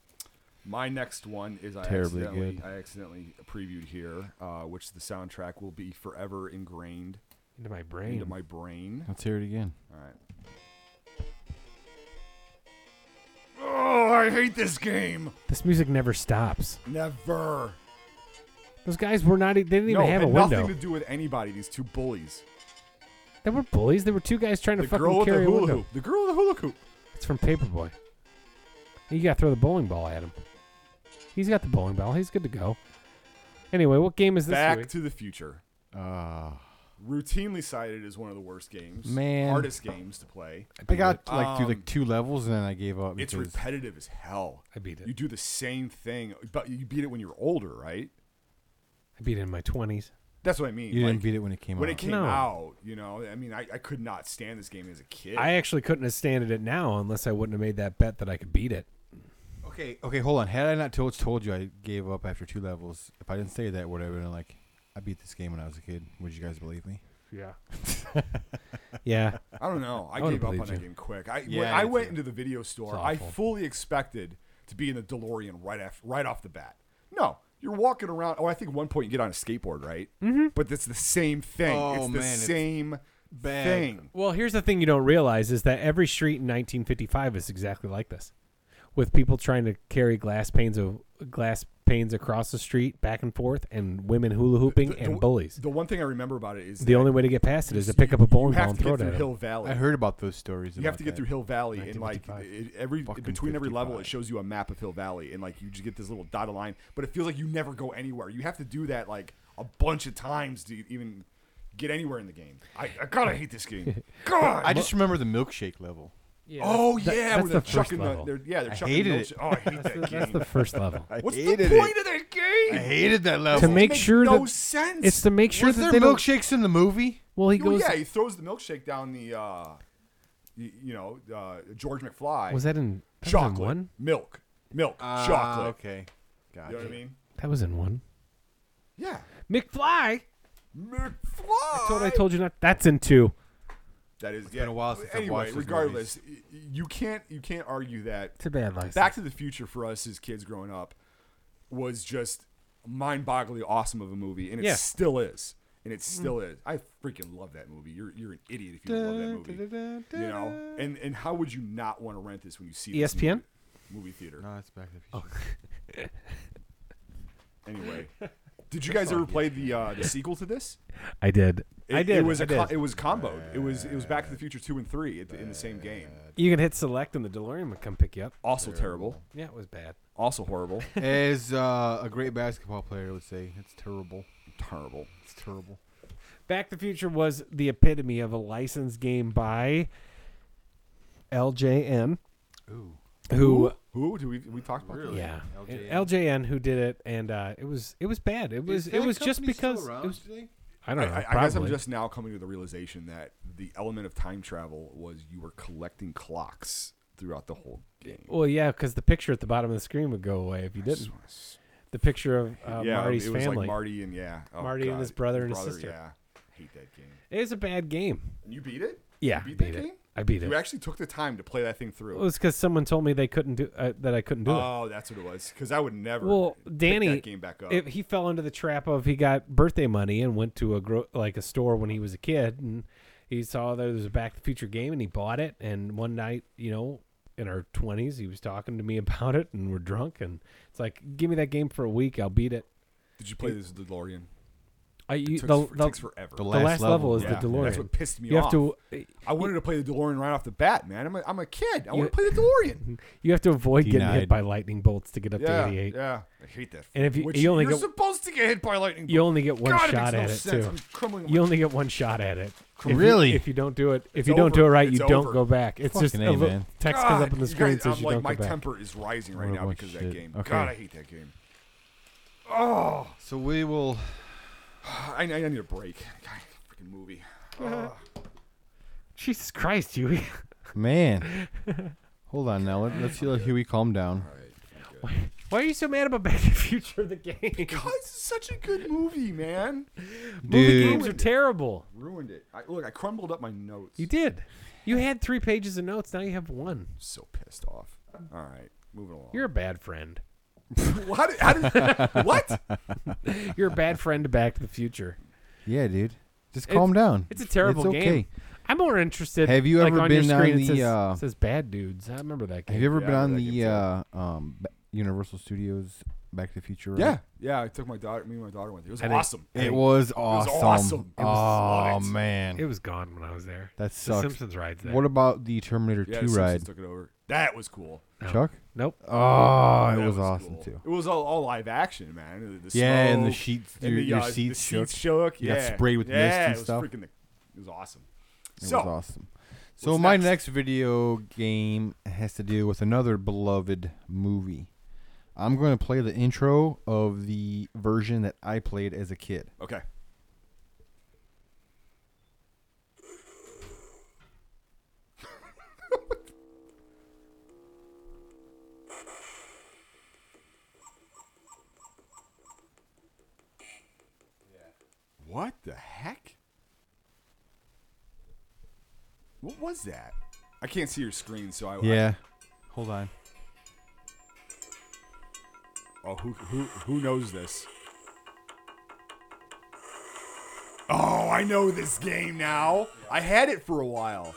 [SPEAKER 1] my next one is I
[SPEAKER 3] Terribly
[SPEAKER 1] accidentally
[SPEAKER 3] good.
[SPEAKER 1] I accidentally previewed here, uh, which the soundtrack will be forever ingrained
[SPEAKER 2] Into my brain.
[SPEAKER 1] into my brain.
[SPEAKER 3] Let's hear it again.
[SPEAKER 1] All right. Oh, I hate this game.
[SPEAKER 2] this music never stops.
[SPEAKER 1] Never.
[SPEAKER 2] Those guys were not. e- They didn't
[SPEAKER 1] no,
[SPEAKER 2] even have
[SPEAKER 1] had
[SPEAKER 2] a window.
[SPEAKER 1] nothing to do with anybody. These two bullies.
[SPEAKER 2] They were bullies. They were two guys trying to
[SPEAKER 1] The
[SPEAKER 2] fucking
[SPEAKER 1] girl with the
[SPEAKER 2] carry a
[SPEAKER 1] hula
[SPEAKER 2] window.
[SPEAKER 1] hoop. The girl with the hula hoop.
[SPEAKER 2] It's from Paperboy. You gotta throw the bowling ball at him. He's got the bowling ball. He's good to go. Anyway, what game is this
[SPEAKER 1] Back
[SPEAKER 2] week?
[SPEAKER 1] to the Future.
[SPEAKER 3] Uh,
[SPEAKER 1] Routinely cited as one of the worst games,
[SPEAKER 3] Man.
[SPEAKER 1] hardest games to play.
[SPEAKER 3] I got like through
[SPEAKER 1] Um,
[SPEAKER 3] like two levels and then I gave up.
[SPEAKER 1] It's
[SPEAKER 3] because-
[SPEAKER 1] repetitive as hell.
[SPEAKER 2] I beat it.
[SPEAKER 1] You do the same thing, but you beat it when you're older, right?
[SPEAKER 2] I beat it in my twenties.
[SPEAKER 1] That's what I mean.
[SPEAKER 3] you
[SPEAKER 1] like,
[SPEAKER 3] didn't beat it when it came
[SPEAKER 1] when
[SPEAKER 3] out.
[SPEAKER 1] it came
[SPEAKER 2] No.
[SPEAKER 1] out, you know, I mean, I, I could not stand this game as a kid.
[SPEAKER 2] I actually couldn't have standed it now unless I wouldn't have made that bet that I could beat it.
[SPEAKER 3] Okay, okay, hold on. Had I not told told you I gave up after two levels, if I didn't say that, would I have been like, I beat this game when I was a kid? Would you guys believe me?
[SPEAKER 2] Yeah. yeah.
[SPEAKER 1] I don't know. I,
[SPEAKER 2] would've
[SPEAKER 1] gave up on
[SPEAKER 2] believed
[SPEAKER 1] that
[SPEAKER 2] you.
[SPEAKER 1] game quick. I,
[SPEAKER 3] Yeah,
[SPEAKER 1] when
[SPEAKER 3] I
[SPEAKER 1] I
[SPEAKER 3] did
[SPEAKER 1] went
[SPEAKER 3] too.
[SPEAKER 1] into the video store.
[SPEAKER 2] It's
[SPEAKER 1] I
[SPEAKER 2] awful.
[SPEAKER 1] fully expected to be in the DeLorean right after, right off the bat. No, you're walking around. Oh, I think at one point you get on a skateboard, right? Mm-hmm. But it's the same thing.
[SPEAKER 3] Oh,
[SPEAKER 1] it's the
[SPEAKER 3] man, it's
[SPEAKER 1] same
[SPEAKER 3] bad.
[SPEAKER 1] thing.
[SPEAKER 2] Well, here's the thing you don't realize is that every street in 1955 is exactly like this, with people trying to carry glass panes of glass panes across the street back and forth, and women hula hooping
[SPEAKER 1] The-
[SPEAKER 2] and
[SPEAKER 1] the-
[SPEAKER 2] bullies.
[SPEAKER 1] The one thing I remember about it is
[SPEAKER 2] The
[SPEAKER 1] that
[SPEAKER 2] only way to get past it is to pick
[SPEAKER 1] you-
[SPEAKER 2] up a
[SPEAKER 1] you
[SPEAKER 2] bowling
[SPEAKER 1] have
[SPEAKER 2] ball and
[SPEAKER 1] to
[SPEAKER 2] throw
[SPEAKER 1] get
[SPEAKER 2] it
[SPEAKER 1] through
[SPEAKER 2] at him.
[SPEAKER 1] Hill Valley.
[SPEAKER 3] I heard about those stories.
[SPEAKER 1] you have to get through
[SPEAKER 3] Hill.
[SPEAKER 1] Hill Valley and like
[SPEAKER 2] 1955.
[SPEAKER 1] it, every
[SPEAKER 3] Fucking
[SPEAKER 1] between every level it
[SPEAKER 3] 55.
[SPEAKER 1] shows you a map of Hill Valley and like you just get this little dotted line, but it feels like you never go anywhere. You have to do that like a bunch of times to even get anywhere in the game. I, I gotta hate this game. God,
[SPEAKER 3] I just remember the milkshake level.
[SPEAKER 1] oh yeah, where
[SPEAKER 2] that's the
[SPEAKER 1] they're
[SPEAKER 2] first
[SPEAKER 1] chucking the,
[SPEAKER 2] level.
[SPEAKER 1] they're, yeah they're
[SPEAKER 3] I
[SPEAKER 1] chucking
[SPEAKER 3] hated
[SPEAKER 1] milkshake-
[SPEAKER 3] it.
[SPEAKER 1] Oh, I hate that
[SPEAKER 2] That's
[SPEAKER 1] game.
[SPEAKER 2] the first level.
[SPEAKER 3] I
[SPEAKER 1] What's the
[SPEAKER 3] hated it.
[SPEAKER 1] point of that
[SPEAKER 3] I
[SPEAKER 1] game?
[SPEAKER 3] hated that level.
[SPEAKER 2] To make
[SPEAKER 1] Makes
[SPEAKER 2] sure
[SPEAKER 1] no
[SPEAKER 2] that-
[SPEAKER 1] sense.
[SPEAKER 2] It's to make sure
[SPEAKER 3] Was
[SPEAKER 2] that
[SPEAKER 3] there
[SPEAKER 2] they don't.
[SPEAKER 3] milkshakes in the movie?
[SPEAKER 2] Well, he
[SPEAKER 1] Well,
[SPEAKER 2] goes.
[SPEAKER 1] yeah, he throws the milkshake down the uh, you, you know uh, George McFly.
[SPEAKER 2] Was that in? That was in
[SPEAKER 1] chocolate
[SPEAKER 2] one.
[SPEAKER 1] milk milk
[SPEAKER 3] Ah,
[SPEAKER 1] chocolate?
[SPEAKER 3] Okay. Gotcha.
[SPEAKER 1] You know what I mean?
[SPEAKER 2] That was in one.
[SPEAKER 1] Yeah.
[SPEAKER 2] McFly.
[SPEAKER 1] McFly.
[SPEAKER 2] That's what I told you not. That's in two.
[SPEAKER 1] That is, yeah.
[SPEAKER 3] been a while since I've
[SPEAKER 1] anyway,
[SPEAKER 3] watched those
[SPEAKER 1] regardless, y- you can't you can't argue that
[SPEAKER 2] It's a bad license.
[SPEAKER 1] Back to the Future for us as kids growing up was just mind-bogglingly awesome of a movie, and it
[SPEAKER 2] Yeah.
[SPEAKER 1] still is, and
[SPEAKER 3] Mm.
[SPEAKER 1] it still is. I freaking love that movie. You're you're an idiot if you don't love that movie. You know, and and how would you not want to rent this when you see this
[SPEAKER 2] ESPN?
[SPEAKER 1] movie, movie theater?
[SPEAKER 3] No, it's back to the future.
[SPEAKER 1] Anyway, did you guys ever play the uh, the sequel to this?
[SPEAKER 2] I did. I did.
[SPEAKER 1] It was
[SPEAKER 2] I
[SPEAKER 1] a co-
[SPEAKER 2] did.
[SPEAKER 1] it was comboed. It was it was Back to the Future two and three at the, in the same game.
[SPEAKER 2] you can hit select and the DeLorean would come pick you up.
[SPEAKER 1] Also terrible.
[SPEAKER 2] Yeah, it was bad.
[SPEAKER 1] Also horrible.
[SPEAKER 3] As uh, a great basketball player would say, it's terrible.
[SPEAKER 1] terrible.
[SPEAKER 3] It's terrible.
[SPEAKER 2] Back to the Future was the epitome of a licensed game by LJN,
[SPEAKER 3] Ooh.
[SPEAKER 2] who
[SPEAKER 1] Who do we we talked about? that?
[SPEAKER 3] Really?
[SPEAKER 2] Yeah,
[SPEAKER 3] LJN.
[SPEAKER 2] LJN. who did it, and uh, it was it was bad. It was it was just because it was, I don't know.
[SPEAKER 1] I, I
[SPEAKER 2] probably.
[SPEAKER 1] guess I'm just now coming to the realization that the element of time travel was you were collecting clocks throughout the whole game.
[SPEAKER 2] well, yeah, because the picture at the bottom of the screen would go away if you
[SPEAKER 1] I just
[SPEAKER 2] didn't.
[SPEAKER 1] wanna s-
[SPEAKER 2] The picture of uh,
[SPEAKER 1] yeah,
[SPEAKER 2] Marty's
[SPEAKER 1] it was
[SPEAKER 2] family.
[SPEAKER 1] like Marty and yeah, oh,
[SPEAKER 2] Marty and
[SPEAKER 1] God.
[SPEAKER 2] his brother and his sister.
[SPEAKER 1] Yeah, I hate that game.
[SPEAKER 2] it was a bad game.
[SPEAKER 1] And you beat it?
[SPEAKER 2] Yeah,
[SPEAKER 1] you beat,
[SPEAKER 2] beat
[SPEAKER 1] that
[SPEAKER 2] it.
[SPEAKER 1] game.
[SPEAKER 2] I beat
[SPEAKER 1] You
[SPEAKER 2] it.
[SPEAKER 1] actually took the time to play that thing
[SPEAKER 2] It
[SPEAKER 1] through.
[SPEAKER 2] was because someone told me they couldn't do uh, that. I couldn't do it.
[SPEAKER 1] oh, that's what it was. Because I would never.
[SPEAKER 2] Well,
[SPEAKER 1] pick
[SPEAKER 2] Danny,
[SPEAKER 1] that game back up.
[SPEAKER 2] If he fell into the trap of he got birthday money and went to a gro- like a store when he was a kid and he saw there was a Back to the Future game and he bought it and one night you know in our twenties he was talking to me about it and we're drunk and it's like give me that game for a week I'll beat it.
[SPEAKER 1] Did you play this DeLorean?
[SPEAKER 2] I
[SPEAKER 1] It
[SPEAKER 2] you,
[SPEAKER 1] took-
[SPEAKER 2] the,
[SPEAKER 1] it
[SPEAKER 2] the,
[SPEAKER 1] takes forever.
[SPEAKER 3] The
[SPEAKER 2] the last, level, is
[SPEAKER 1] Yeah,
[SPEAKER 2] the DeLorean.
[SPEAKER 1] That's what pissed me
[SPEAKER 2] you
[SPEAKER 1] off.
[SPEAKER 2] have to
[SPEAKER 1] I wanted to play the DeLorean right off the bat, man. I'm a, I'm a kid. I
[SPEAKER 2] You-
[SPEAKER 1] want to play the DeLorean.
[SPEAKER 2] you have to avoid getting hit
[SPEAKER 3] Denied.
[SPEAKER 2] by lightning bolts to get up
[SPEAKER 1] yeah,
[SPEAKER 2] to 88.
[SPEAKER 1] yeah. I hate that.
[SPEAKER 2] And if you-
[SPEAKER 1] Which
[SPEAKER 2] you only
[SPEAKER 1] you're
[SPEAKER 2] go-
[SPEAKER 1] supposed to get hit by lightning.
[SPEAKER 2] You only get one
[SPEAKER 1] God,
[SPEAKER 2] shot
[SPEAKER 1] it
[SPEAKER 2] at
[SPEAKER 1] makes no
[SPEAKER 2] it
[SPEAKER 1] sense.
[SPEAKER 2] too.
[SPEAKER 1] I'm crumbling. on
[SPEAKER 2] You
[SPEAKER 1] my-
[SPEAKER 2] only get one shot at it. If you-
[SPEAKER 3] Really?
[SPEAKER 2] if you don't do it, if
[SPEAKER 1] It's
[SPEAKER 2] you don't do it
[SPEAKER 1] over.
[SPEAKER 2] right, you
[SPEAKER 1] It's
[SPEAKER 2] don't
[SPEAKER 1] over.
[SPEAKER 2] go back. It's just
[SPEAKER 3] Fucking
[SPEAKER 2] a
[SPEAKER 3] A,
[SPEAKER 2] little
[SPEAKER 3] man.
[SPEAKER 2] text comes up on
[SPEAKER 1] you
[SPEAKER 2] the screen
[SPEAKER 1] guys,
[SPEAKER 2] says
[SPEAKER 1] I'm
[SPEAKER 2] you
[SPEAKER 1] like
[SPEAKER 2] don't
[SPEAKER 1] my
[SPEAKER 2] go back.
[SPEAKER 1] temper is rising right
[SPEAKER 3] What a
[SPEAKER 1] now
[SPEAKER 3] bunch
[SPEAKER 1] because
[SPEAKER 3] of
[SPEAKER 1] of that
[SPEAKER 3] shit.
[SPEAKER 1] game.
[SPEAKER 3] Okay.
[SPEAKER 1] God, I hate that game. Oh,
[SPEAKER 3] So we will.
[SPEAKER 1] I, I need a break. God, freaking movie. Ugh.
[SPEAKER 2] Jesus Christ, Huey.
[SPEAKER 3] Man. Hold on now. Let, let's let Huey calm down.
[SPEAKER 1] all right.
[SPEAKER 2] Why are you so mad about Back to the Future, the game?
[SPEAKER 1] God, this is such a good movie, man.
[SPEAKER 2] Movie
[SPEAKER 3] Dude.
[SPEAKER 2] games are terrible.
[SPEAKER 1] Ruined it. I, look, I crumbled up my notes.
[SPEAKER 2] You did. You had three pages of notes. Now you have one.
[SPEAKER 1] So pissed off. All right, moving along.
[SPEAKER 2] You're a bad friend.
[SPEAKER 1] how did, how did, what?
[SPEAKER 2] You're a bad friend to Back to the Future.
[SPEAKER 3] Yeah, dude. Just
[SPEAKER 2] It's-
[SPEAKER 3] calm down.
[SPEAKER 2] It's a terrible
[SPEAKER 3] It's okay.
[SPEAKER 2] game. I'm more interested.
[SPEAKER 3] Have you
[SPEAKER 2] like,
[SPEAKER 3] ever
[SPEAKER 2] on your
[SPEAKER 3] been on
[SPEAKER 2] screen, it
[SPEAKER 3] the,
[SPEAKER 2] says,
[SPEAKER 3] uh,
[SPEAKER 2] says bad dudes? I remember that game.
[SPEAKER 3] Have you ever
[SPEAKER 1] Yeah,
[SPEAKER 3] been
[SPEAKER 1] I
[SPEAKER 3] on
[SPEAKER 1] know that
[SPEAKER 3] the uh,
[SPEAKER 1] game
[SPEAKER 3] um, Ba- Universal Studios Back to the Future? ride?
[SPEAKER 1] Yeah, yeah. I took my daughter. Me and my daughter went. It was
[SPEAKER 2] And it-
[SPEAKER 1] awesome.
[SPEAKER 3] It was awesome.
[SPEAKER 1] awesome. It was-
[SPEAKER 3] oh
[SPEAKER 1] loved it.
[SPEAKER 3] man,
[SPEAKER 2] It was gone when I was there.
[SPEAKER 3] that
[SPEAKER 2] The
[SPEAKER 3] sucks.
[SPEAKER 2] Simpsons rides there.
[SPEAKER 3] What about the Terminator
[SPEAKER 1] Yeah,
[SPEAKER 3] 2
[SPEAKER 1] Simpsons
[SPEAKER 3] ride,
[SPEAKER 1] took it over. That was cool.
[SPEAKER 2] No.
[SPEAKER 3] Chuck?
[SPEAKER 2] Nope.
[SPEAKER 3] Oh, it
[SPEAKER 1] That
[SPEAKER 3] was, awesome
[SPEAKER 1] cool.
[SPEAKER 3] too.
[SPEAKER 1] It was all, all live action, man. The, the
[SPEAKER 3] yeah, and the
[SPEAKER 1] smoke
[SPEAKER 3] sheets,
[SPEAKER 1] and
[SPEAKER 3] your,
[SPEAKER 1] the,
[SPEAKER 3] your
[SPEAKER 1] uh,
[SPEAKER 3] seats
[SPEAKER 1] the
[SPEAKER 3] shook.
[SPEAKER 1] seats shook.
[SPEAKER 3] You
[SPEAKER 1] Yeah,
[SPEAKER 3] got sprayed with mist
[SPEAKER 1] yeah,
[SPEAKER 3] and
[SPEAKER 1] it was
[SPEAKER 3] stuff.
[SPEAKER 1] Freaking, it was awesome.
[SPEAKER 3] It
[SPEAKER 1] so
[SPEAKER 3] was awesome. So
[SPEAKER 1] what's
[SPEAKER 3] my
[SPEAKER 1] next?
[SPEAKER 3] next video game has to do with another beloved movie. I'm going to play the intro of the version that I played as a kid.
[SPEAKER 1] okay. What the heck? What was that? I can't see your screen, so I
[SPEAKER 3] Yeah. Hold on.
[SPEAKER 1] Oh, who who who knows this? Oh, I know this game now. I had it for a while.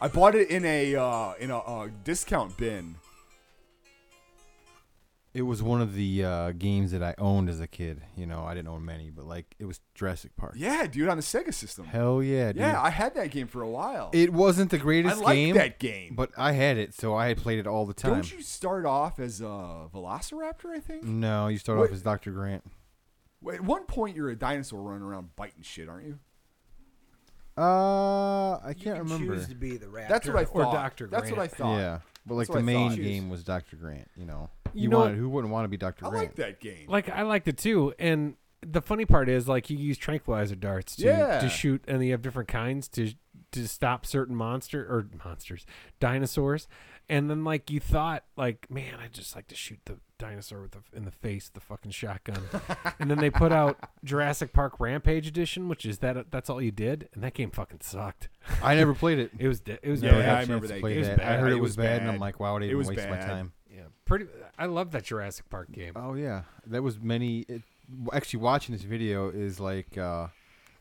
[SPEAKER 1] I bought it in a uh, in a uh, discount bin.
[SPEAKER 3] It was one of the uh, games that I owned as a kid. You know, I didn't own many, but like it was Jurassic Park.
[SPEAKER 1] Yeah, dude, on the Sega system.
[SPEAKER 3] Hell yeah, dude.
[SPEAKER 1] yeah, I had that game for a while.
[SPEAKER 3] it wasn't the
[SPEAKER 1] I
[SPEAKER 3] greatest
[SPEAKER 1] like
[SPEAKER 3] game,
[SPEAKER 1] that game.
[SPEAKER 3] but I had it, so I had played it all the time. Mm.
[SPEAKER 1] don't you start off as a Velociraptor? I think.
[SPEAKER 3] No, you start
[SPEAKER 1] What-
[SPEAKER 3] off as Dr. Grant.
[SPEAKER 1] Wait, At one point, you're a dinosaur running around biting shit, aren't you?
[SPEAKER 3] Uh, I can't
[SPEAKER 4] you can
[SPEAKER 3] remember.
[SPEAKER 4] Choose to be the raptor.
[SPEAKER 1] That's what I
[SPEAKER 2] Or
[SPEAKER 1] thought.
[SPEAKER 2] Dr.
[SPEAKER 1] That's what I
[SPEAKER 2] Grant.
[SPEAKER 1] thought.
[SPEAKER 3] Yeah, but like
[SPEAKER 1] That's what
[SPEAKER 3] the
[SPEAKER 1] I
[SPEAKER 3] main
[SPEAKER 1] thought.
[SPEAKER 3] game was Dr. Grant. You know,
[SPEAKER 2] You
[SPEAKER 3] you,
[SPEAKER 2] know-
[SPEAKER 3] wanted who wouldn't want to be Dr.
[SPEAKER 1] I
[SPEAKER 3] Grant?
[SPEAKER 1] like that game.
[SPEAKER 2] like I liked it too. And the funny part is like you use tranquilizer darts to,
[SPEAKER 1] Yeah.
[SPEAKER 2] to shoot, and you have different kinds to to stop certain monster or monsters, dinosaurs. And then like you thought like man, I just like to shoot the dinosaur with the, in the face with the fucking shotgun. and then they put out Jurassic Park Rampage Edition, which is that that's all you did, and that game fucking sucked.
[SPEAKER 3] I never played it.
[SPEAKER 2] It was de- it was
[SPEAKER 1] Yeah,
[SPEAKER 3] Never
[SPEAKER 2] bad.
[SPEAKER 3] got a
[SPEAKER 1] I
[SPEAKER 3] chance
[SPEAKER 1] remember
[SPEAKER 3] to
[SPEAKER 1] that
[SPEAKER 3] play
[SPEAKER 1] game. It was
[SPEAKER 3] I
[SPEAKER 1] bad.
[SPEAKER 3] heard
[SPEAKER 1] It
[SPEAKER 3] it was
[SPEAKER 1] was
[SPEAKER 3] bad, and I'm
[SPEAKER 1] bad.
[SPEAKER 3] like, wow, I
[SPEAKER 1] It
[SPEAKER 3] didn't
[SPEAKER 1] was
[SPEAKER 3] waste my
[SPEAKER 1] bad.
[SPEAKER 3] time.
[SPEAKER 2] yeah, pretty. I love that Jurassic Park game.
[SPEAKER 3] Oh yeah, that was many. It, w- actually, watching this video is like uh,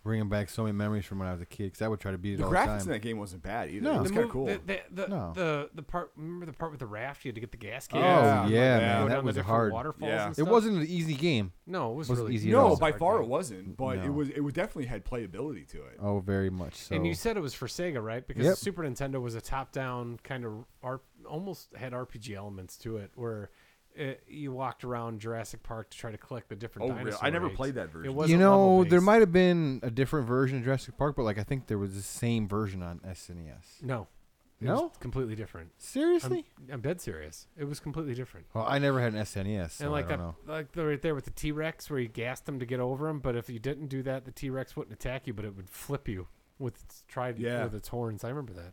[SPEAKER 3] bringing back so many memories from when I was a kid. Because I would try to beat it
[SPEAKER 1] The
[SPEAKER 3] all
[SPEAKER 1] graphics in
[SPEAKER 3] the time.
[SPEAKER 1] that game wasn't bad either.
[SPEAKER 3] No.
[SPEAKER 1] it
[SPEAKER 3] The
[SPEAKER 1] was
[SPEAKER 2] The
[SPEAKER 1] kind of
[SPEAKER 2] move-
[SPEAKER 1] cool.
[SPEAKER 2] The the the,
[SPEAKER 3] No.
[SPEAKER 2] the the part. Remember the part with the raft? You had to get the gas
[SPEAKER 1] Oh,
[SPEAKER 2] can.
[SPEAKER 1] Yeah.
[SPEAKER 3] Oh yeah,
[SPEAKER 1] Yeah.
[SPEAKER 3] man,
[SPEAKER 1] Go
[SPEAKER 3] that was hard.
[SPEAKER 2] Waterfalls.
[SPEAKER 1] Yeah.
[SPEAKER 2] and
[SPEAKER 1] It
[SPEAKER 3] It
[SPEAKER 2] stuff.
[SPEAKER 3] wasn't an easy game.
[SPEAKER 2] No, it was
[SPEAKER 3] wasn't
[SPEAKER 2] really
[SPEAKER 3] easy at
[SPEAKER 1] no,
[SPEAKER 3] all.
[SPEAKER 1] by far it
[SPEAKER 2] was.
[SPEAKER 1] wasn't, but it
[SPEAKER 3] No.
[SPEAKER 1] was. It would definitely had playability to it.
[SPEAKER 3] Oh, very much so.
[SPEAKER 2] And you said it was for Sega, right? Because
[SPEAKER 3] Yep.
[SPEAKER 2] Super Nintendo was a top-down kind of R- almost had RPG elements to it, where it, you walked around Jurassic Park to try to collect the different.
[SPEAKER 1] Oh, really?
[SPEAKER 2] dinosaur
[SPEAKER 1] I never
[SPEAKER 2] eggs.
[SPEAKER 1] played that version.
[SPEAKER 2] It was
[SPEAKER 3] you know, there might have been a different version of Jurassic Park, but like I think there was the same version on SNES.
[SPEAKER 2] no, it
[SPEAKER 3] No?
[SPEAKER 2] was completely different.
[SPEAKER 3] Seriously?
[SPEAKER 2] I'm, I'm dead serious. It was completely different.
[SPEAKER 3] well, I never had an SNES, so
[SPEAKER 2] and like
[SPEAKER 3] I
[SPEAKER 2] that,
[SPEAKER 3] don't know.
[SPEAKER 2] like the, right there with the T Rex, where you gassed him to get over him. But if you didn't do that, the T Rex wouldn't attack you, but it would flip you with its, tried
[SPEAKER 1] Yeah.
[SPEAKER 2] with its horns. I remember that.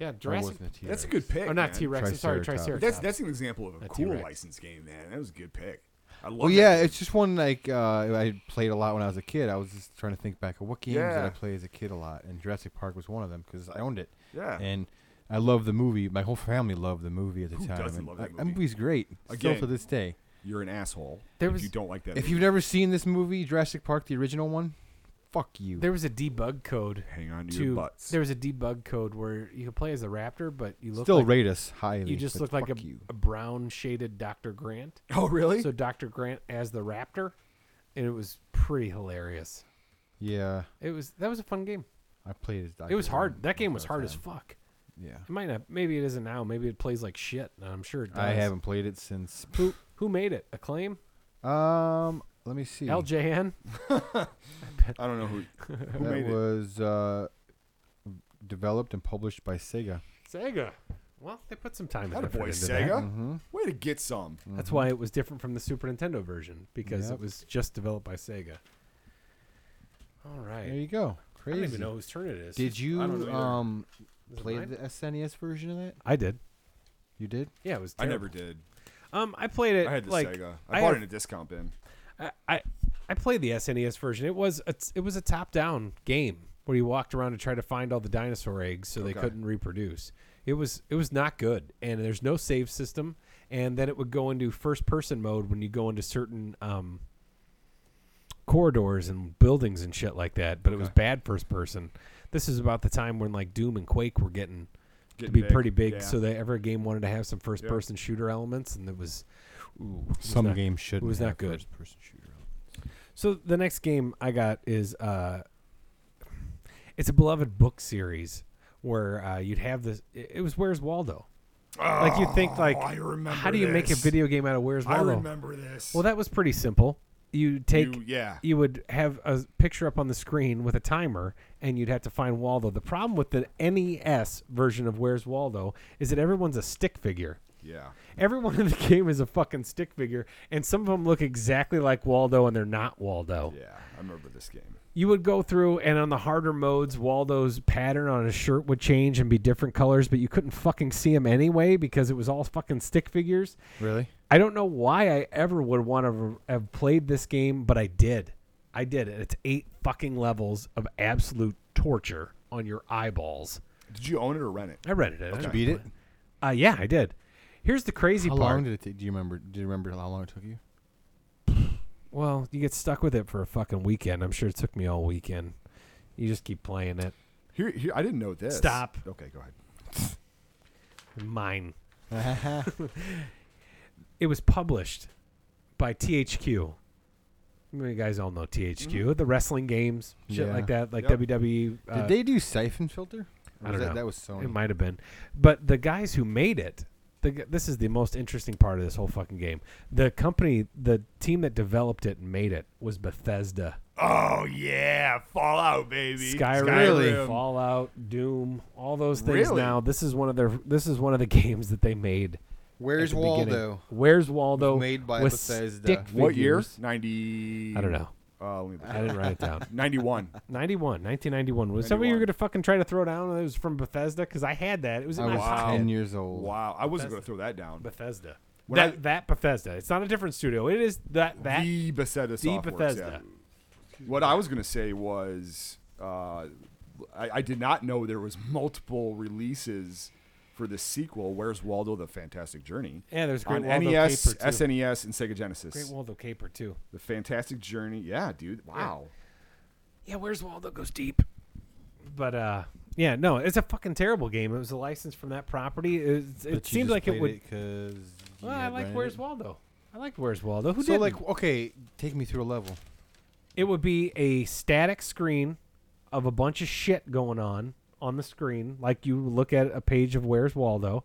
[SPEAKER 2] Yeah,
[SPEAKER 3] That
[SPEAKER 2] Jurassic.
[SPEAKER 3] wasn't a T-Rex.
[SPEAKER 1] That's a good pick.
[SPEAKER 2] Oh, not
[SPEAKER 1] man.
[SPEAKER 2] T Rex. I'm sorry,
[SPEAKER 3] Triceratops.
[SPEAKER 2] Triceratops.
[SPEAKER 1] That's that's an example of a,
[SPEAKER 2] A
[SPEAKER 1] cool
[SPEAKER 2] T-Rex.
[SPEAKER 1] license game, man. That was a good pick. I love
[SPEAKER 3] Well,
[SPEAKER 1] that
[SPEAKER 3] yeah,
[SPEAKER 1] game.
[SPEAKER 3] it's just one like uh, I played a lot when I was a kid. I was just trying to think back of what games did
[SPEAKER 1] Yeah.
[SPEAKER 3] I play as a kid a lot, and Jurassic Park was one of them because I owned it,
[SPEAKER 1] yeah.
[SPEAKER 3] and I loved the movie. My whole family loved the movie at the
[SPEAKER 1] Who
[SPEAKER 3] time.
[SPEAKER 1] doesn't
[SPEAKER 3] and
[SPEAKER 1] love that
[SPEAKER 3] I-
[SPEAKER 1] movie?
[SPEAKER 3] movie's great still
[SPEAKER 1] Again,
[SPEAKER 3] to this day.
[SPEAKER 1] You're an asshole.
[SPEAKER 2] There
[SPEAKER 1] if
[SPEAKER 2] was-
[SPEAKER 1] you don't like that.
[SPEAKER 3] If
[SPEAKER 1] movie.
[SPEAKER 3] you've never seen this movie, Jurassic Park, the original one, fuck you.
[SPEAKER 2] There was a debug code.
[SPEAKER 1] hang on to,
[SPEAKER 2] To
[SPEAKER 1] your butts,
[SPEAKER 2] there was a debug code where you could play as a raptor, but you look
[SPEAKER 3] still
[SPEAKER 2] like,
[SPEAKER 3] rate us highly.
[SPEAKER 2] you just
[SPEAKER 3] but
[SPEAKER 2] look like a,
[SPEAKER 3] fuck you.
[SPEAKER 2] a brown shaded Dr. Grant.
[SPEAKER 1] oh really?
[SPEAKER 2] So Dr. Grant as the raptor, and it was pretty hilarious.
[SPEAKER 3] Yeah,
[SPEAKER 2] It was that was a fun game.
[SPEAKER 3] I played as.
[SPEAKER 2] it
[SPEAKER 3] Dr.
[SPEAKER 2] was hard.
[SPEAKER 3] Grant
[SPEAKER 2] That game
[SPEAKER 3] for
[SPEAKER 2] was
[SPEAKER 3] a
[SPEAKER 2] hard as
[SPEAKER 3] time.
[SPEAKER 2] fuck.
[SPEAKER 3] Yeah,
[SPEAKER 2] It might not. Maybe it isn't now. Maybe it plays like shit. and I'm sure it does.
[SPEAKER 3] I haven't played it since.
[SPEAKER 2] Who who made it? Acclaim?
[SPEAKER 3] Um, let me see.
[SPEAKER 2] LJN?
[SPEAKER 1] I don't know who. Who
[SPEAKER 3] that
[SPEAKER 1] made it?
[SPEAKER 3] was uh, developed and published by Sega.
[SPEAKER 2] Sega. Well, they put some time and
[SPEAKER 1] That
[SPEAKER 2] effort
[SPEAKER 1] boy
[SPEAKER 2] into
[SPEAKER 1] Sega.
[SPEAKER 2] that.
[SPEAKER 3] Mm-hmm.
[SPEAKER 1] Way to get some.
[SPEAKER 2] That's why it was different from the Super Nintendo version because
[SPEAKER 3] Yep.
[SPEAKER 2] it was just developed by Sega. All right.
[SPEAKER 3] There you go.
[SPEAKER 2] I
[SPEAKER 3] Crazy.
[SPEAKER 2] don't even know whose turn it is.
[SPEAKER 3] Did you
[SPEAKER 1] I don't know either.
[SPEAKER 3] um
[SPEAKER 2] Is it
[SPEAKER 3] play
[SPEAKER 2] mine?
[SPEAKER 3] the SNES version of that?
[SPEAKER 5] I did.
[SPEAKER 3] You did.
[SPEAKER 2] Yeah, it was.
[SPEAKER 1] I
[SPEAKER 2] terrible.
[SPEAKER 1] never did.
[SPEAKER 5] Um, I played it
[SPEAKER 1] I had the
[SPEAKER 5] like
[SPEAKER 1] Sega. I,
[SPEAKER 5] I
[SPEAKER 1] bought
[SPEAKER 5] have-
[SPEAKER 1] it in a discount bin.
[SPEAKER 5] I,
[SPEAKER 2] I I played the SNES version. It was a, it was a top down game where you walked around to try to find all the dinosaur eggs so they
[SPEAKER 1] Okay.
[SPEAKER 2] couldn't reproduce. It was it was not good, and there's no save system. And then it would go into first person mode when you go into certain um, corridors and buildings and shit like that. But it was bad first person. This is about the time when like Doom and Quake were getting to
[SPEAKER 1] Getting
[SPEAKER 2] be pretty big,
[SPEAKER 1] yeah.
[SPEAKER 2] so that every game wanted to have some first
[SPEAKER 1] Yeah.
[SPEAKER 2] person shooter elements, and it was, ooh, it was
[SPEAKER 3] Some
[SPEAKER 2] not-
[SPEAKER 3] games should.
[SPEAKER 2] it was not
[SPEAKER 3] have
[SPEAKER 2] good.
[SPEAKER 3] First-person shooter.
[SPEAKER 2] so the next game I got is uh, it's a beloved book series where uh, you'd have this. It it was Where's Waldo? Like you think like
[SPEAKER 1] Oh, I remember.
[SPEAKER 2] how do you make a
[SPEAKER 1] this.
[SPEAKER 2] video game out of Where's
[SPEAKER 1] I
[SPEAKER 2] Waldo?
[SPEAKER 1] remember this.
[SPEAKER 2] Well, that was pretty simple. You take
[SPEAKER 1] You-
[SPEAKER 2] you,
[SPEAKER 1] yeah.
[SPEAKER 2] would have a picture up on the screen with a timer, and you'd have to find Waldo. The problem with the NES version of Where's Waldo is that everyone's a stick figure.
[SPEAKER 1] Yeah.
[SPEAKER 2] Everyone in the game is a fucking stick figure, and some of them look exactly like Waldo, and they're not Waldo
[SPEAKER 1] Yeah. I remember this game.
[SPEAKER 2] you would go through and on the harder modes waldo's pattern on his shirt would change and be different colors but you couldn't fucking see him anyway because it was all fucking stick figures
[SPEAKER 3] Really?
[SPEAKER 2] i don't know why i ever would want to have played this game but i did i did it it's eight fucking levels of absolute torture on your eyeballs
[SPEAKER 1] Did you own it or rent it?
[SPEAKER 2] i rented it did
[SPEAKER 3] You beat it.
[SPEAKER 2] uh, yeah i did here's the crazy
[SPEAKER 3] How
[SPEAKER 2] part
[SPEAKER 3] long did it take? Do you remember? Do you remember how long it took you?
[SPEAKER 2] well you get stuck with it for a fucking weekend i'm sure it took me all weekend you just keep playing it
[SPEAKER 1] Here, here. I didn't know this.
[SPEAKER 2] Stop.
[SPEAKER 1] Okay, go ahead.
[SPEAKER 2] mine it was published by THQ. I mean, you guys all know THQ, the wrestling games, shit
[SPEAKER 3] Yeah.
[SPEAKER 2] like that, like
[SPEAKER 1] Yep.
[SPEAKER 2] WWE. Uh,
[SPEAKER 3] did they do Siphon Filter?
[SPEAKER 2] I don't
[SPEAKER 3] was that,
[SPEAKER 2] know.
[SPEAKER 3] That was Sony.
[SPEAKER 2] It might have been, but the guys who made it. The, g- this is the most interesting part of this whole fucking game. The company, the team that developed it and made it was Bethesda.
[SPEAKER 1] Oh yeah, Fallout baby.
[SPEAKER 2] Skyrim,
[SPEAKER 3] Skyrim.
[SPEAKER 2] Fallout, Doom, all those things.
[SPEAKER 1] Really?
[SPEAKER 2] Now this is one of their. This is one of the games that they made. at
[SPEAKER 3] Where's
[SPEAKER 2] the
[SPEAKER 3] Waldo?
[SPEAKER 2] beginning. Where's Waldo?
[SPEAKER 3] made by
[SPEAKER 2] with
[SPEAKER 3] Bethesda.
[SPEAKER 2] stick
[SPEAKER 1] What year?
[SPEAKER 2] figures.
[SPEAKER 1] Ninety.
[SPEAKER 2] I don't know.
[SPEAKER 1] Uh, let me.
[SPEAKER 2] I didn't write it down.
[SPEAKER 1] Ninety-one.
[SPEAKER 2] 91, 1991. Was that what you
[SPEAKER 1] 91.
[SPEAKER 2] were going to fucking try to throw down? It was from Bethesda because I had that. It was in
[SPEAKER 3] I
[SPEAKER 2] my
[SPEAKER 3] was
[SPEAKER 1] Wow.
[SPEAKER 2] pocket.
[SPEAKER 3] ten years old.
[SPEAKER 1] Wow, I wasn't going to throw that down.
[SPEAKER 2] Bethesda.
[SPEAKER 1] When
[SPEAKER 2] That,
[SPEAKER 1] I-
[SPEAKER 2] that Bethesda. It's not a different studio. It is that that
[SPEAKER 1] the
[SPEAKER 2] the,
[SPEAKER 1] Bethesda Softworks,
[SPEAKER 2] Bethesda.
[SPEAKER 1] yeah. What I was going to say was uh, I, I did not know there was multiple releases for the sequel, Where's Waldo, The Fantastic Journey.
[SPEAKER 2] Yeah, there's
[SPEAKER 1] on
[SPEAKER 2] Great
[SPEAKER 1] E
[SPEAKER 2] Waldo
[SPEAKER 3] E
[SPEAKER 1] NES,
[SPEAKER 2] Caper, too.
[SPEAKER 1] SNES, and Sega Genesis.
[SPEAKER 2] Great Waldo Caper too.
[SPEAKER 1] the Fantastic Journey. Yeah, dude. Wow.
[SPEAKER 2] Yeah, where's Waldo goes deep. But uh, yeah, no, it's a fucking terrible game. It was a license from that property. It, was- it
[SPEAKER 3] But you
[SPEAKER 2] seemed
[SPEAKER 3] just
[SPEAKER 2] like it
[SPEAKER 3] played
[SPEAKER 2] would.
[SPEAKER 3] Because you
[SPEAKER 2] well, I
[SPEAKER 3] had
[SPEAKER 2] like
[SPEAKER 3] rented
[SPEAKER 2] Where's
[SPEAKER 3] it?
[SPEAKER 2] Waldo. I liked Where's Waldo. Who
[SPEAKER 3] so
[SPEAKER 2] did
[SPEAKER 3] like okay, take me through a level.
[SPEAKER 2] it would be a static screen of a bunch of shit going on on the screen like you look at a page of where's waldo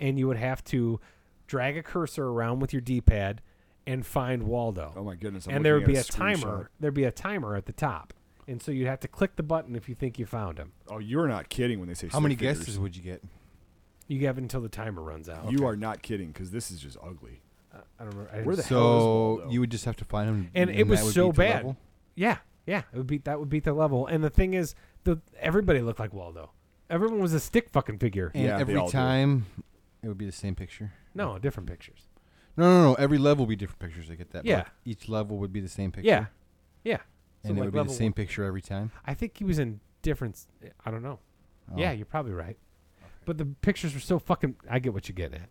[SPEAKER 2] and you would have to drag a cursor around with your d-pad and find waldo
[SPEAKER 1] Oh my goodness. I'm
[SPEAKER 2] and there would
[SPEAKER 1] looking
[SPEAKER 2] be a,
[SPEAKER 1] at
[SPEAKER 2] timer there'd be a timer at the top and so you'd have to click the button if you think you found him
[SPEAKER 1] screenshot. Oh, you're not kidding when they say
[SPEAKER 3] How many
[SPEAKER 1] stick
[SPEAKER 3] guesses
[SPEAKER 1] figures.
[SPEAKER 3] would you get?
[SPEAKER 2] you have until the timer runs out
[SPEAKER 1] You are not kidding because this is just ugly.
[SPEAKER 2] i don't remember I
[SPEAKER 1] Where the
[SPEAKER 2] just-
[SPEAKER 1] hell is
[SPEAKER 3] So
[SPEAKER 1] Waldo?
[SPEAKER 3] you would just have to find him,
[SPEAKER 2] and, it
[SPEAKER 3] that
[SPEAKER 2] was
[SPEAKER 3] would
[SPEAKER 2] so
[SPEAKER 3] beat the
[SPEAKER 2] bad
[SPEAKER 3] level?
[SPEAKER 2] yeah yeah it would beat that would beat the level and the thing is the everybody looked like waldo everyone was a stick fucking figure
[SPEAKER 3] And
[SPEAKER 1] Yeah, they
[SPEAKER 3] every
[SPEAKER 1] all do.
[SPEAKER 3] time, it would be the same picture.
[SPEAKER 2] No, different pictures.
[SPEAKER 3] No, no, no. Every level would be different pictures. I get that. but,
[SPEAKER 2] Yeah.
[SPEAKER 3] like, each level would be the same picture.
[SPEAKER 2] Yeah. Yeah. So,
[SPEAKER 3] and
[SPEAKER 2] like,
[SPEAKER 3] it would be the
[SPEAKER 2] level
[SPEAKER 3] same
[SPEAKER 2] one-
[SPEAKER 3] picture every time.
[SPEAKER 2] I think he was in different. s- eh, I don't know.
[SPEAKER 3] Oh.
[SPEAKER 2] Yeah, you're probably right. But the pictures were so fucking. I get what you get at.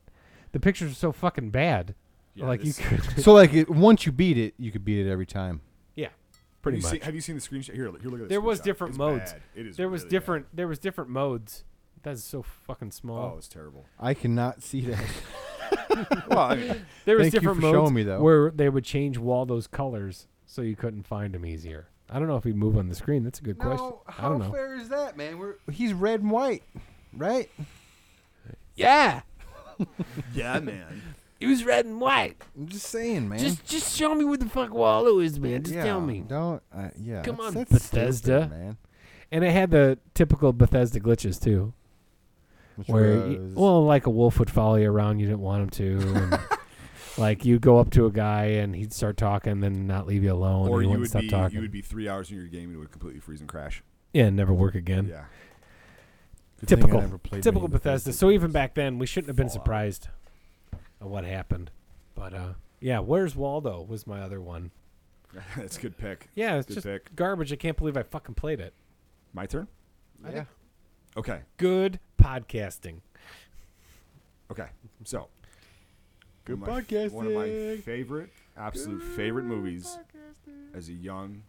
[SPEAKER 2] The pictures were so fucking bad.
[SPEAKER 1] Yeah,
[SPEAKER 2] like you
[SPEAKER 1] this-
[SPEAKER 2] could.
[SPEAKER 3] So like, it, once you beat it, you could beat it every time.
[SPEAKER 2] yeah.
[SPEAKER 1] Have
[SPEAKER 2] Pretty
[SPEAKER 1] you
[SPEAKER 2] much.
[SPEAKER 1] seen- have you seen the screenshot? Here, look- here, look at this.
[SPEAKER 2] There was
[SPEAKER 1] screenshot.
[SPEAKER 2] different
[SPEAKER 1] It's
[SPEAKER 2] modes.
[SPEAKER 1] bad. It is.
[SPEAKER 2] there was
[SPEAKER 1] really bad.
[SPEAKER 2] different. There was different modes. That is so fucking
[SPEAKER 1] Oh,
[SPEAKER 2] small.
[SPEAKER 1] it's terrible.
[SPEAKER 3] I cannot see that.
[SPEAKER 1] well, I mean,
[SPEAKER 2] there was
[SPEAKER 3] Thank you
[SPEAKER 2] different
[SPEAKER 3] for
[SPEAKER 2] modes
[SPEAKER 3] showing me, though.
[SPEAKER 2] where they would change Waldo's colors so you couldn't find him easier. I don't know if he'd move on the screen. That's a good question. I don't know.
[SPEAKER 3] fair is that, man? We're, he's red and white, right?
[SPEAKER 2] Yeah,
[SPEAKER 1] yeah, man.
[SPEAKER 2] it was red and white.
[SPEAKER 3] I'm just saying, man.
[SPEAKER 2] just show me where the fuck Waldo is, man.
[SPEAKER 3] Eh? yeah, Don't. Uh, yeah.
[SPEAKER 2] Come
[SPEAKER 3] that's-
[SPEAKER 2] on,
[SPEAKER 3] that's
[SPEAKER 2] Bethesda.
[SPEAKER 3] stupid, man.
[SPEAKER 2] And it had the typical Bethesda glitches too,
[SPEAKER 3] Which
[SPEAKER 2] where you-
[SPEAKER 3] was-
[SPEAKER 2] well, like a wolf would follow you around. You didn't want him to. And like you go up to a guy and he'd start talking, then not leave you alone,
[SPEAKER 1] Or
[SPEAKER 2] and he
[SPEAKER 1] you
[SPEAKER 2] wouldn't
[SPEAKER 1] would
[SPEAKER 2] stop
[SPEAKER 1] be
[SPEAKER 2] talking.
[SPEAKER 1] you would be three hours in your game and it would completely freeze and crash.
[SPEAKER 2] yeah, and never work again.
[SPEAKER 1] Yeah.
[SPEAKER 3] Good thing I
[SPEAKER 2] typical,
[SPEAKER 3] never played
[SPEAKER 2] typical
[SPEAKER 3] many
[SPEAKER 2] Bethesda. So even
[SPEAKER 3] games.
[SPEAKER 2] back then, we shouldn't have been
[SPEAKER 1] Fallout.
[SPEAKER 2] surprised at what happened. But uh, yeah, where's Waldo was my other one.
[SPEAKER 1] That's a good pick.
[SPEAKER 2] Yeah, it's
[SPEAKER 1] Good
[SPEAKER 2] just
[SPEAKER 1] pick.
[SPEAKER 2] garbage. I can't believe I fucking played it.
[SPEAKER 1] My turn.
[SPEAKER 2] I
[SPEAKER 3] yeah.
[SPEAKER 2] think-
[SPEAKER 1] Okay.
[SPEAKER 2] Good podcasting.
[SPEAKER 1] Okay. So.
[SPEAKER 3] Good
[SPEAKER 1] one of my- One of my
[SPEAKER 3] podcasting.
[SPEAKER 1] favorite, absolute favorite movies as a young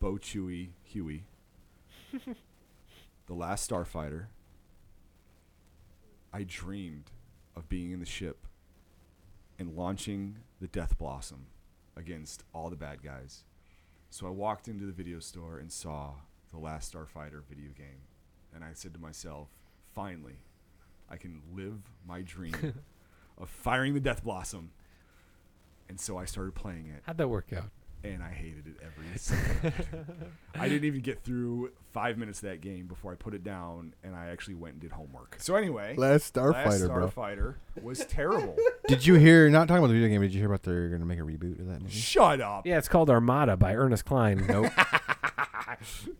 [SPEAKER 1] Bo Chewy Huey. the Last Starfighter. I dreamed of being in the ship and launching the Death Blossom against all the bad guys. So I walked into the video store and saw the Last Starfighter video game. And I said to myself, finally, I can live my dream of firing the Death Blossom. And so I started playing it
[SPEAKER 2] How'd that work out?
[SPEAKER 1] and I hated it every second. I didn't even get through five minutes of that game before I put it down, and I actually went and did homework. So anyway,
[SPEAKER 3] Last Starfighter,
[SPEAKER 1] Last
[SPEAKER 3] bro.
[SPEAKER 1] Starfighter was terrible.
[SPEAKER 3] Did you hear? Not talking about the video game. Did you hear about they're gonna make a reboot of that movie?
[SPEAKER 1] Shut up.
[SPEAKER 2] Yeah, it's called Armada by Ernest Klein.
[SPEAKER 3] Nope.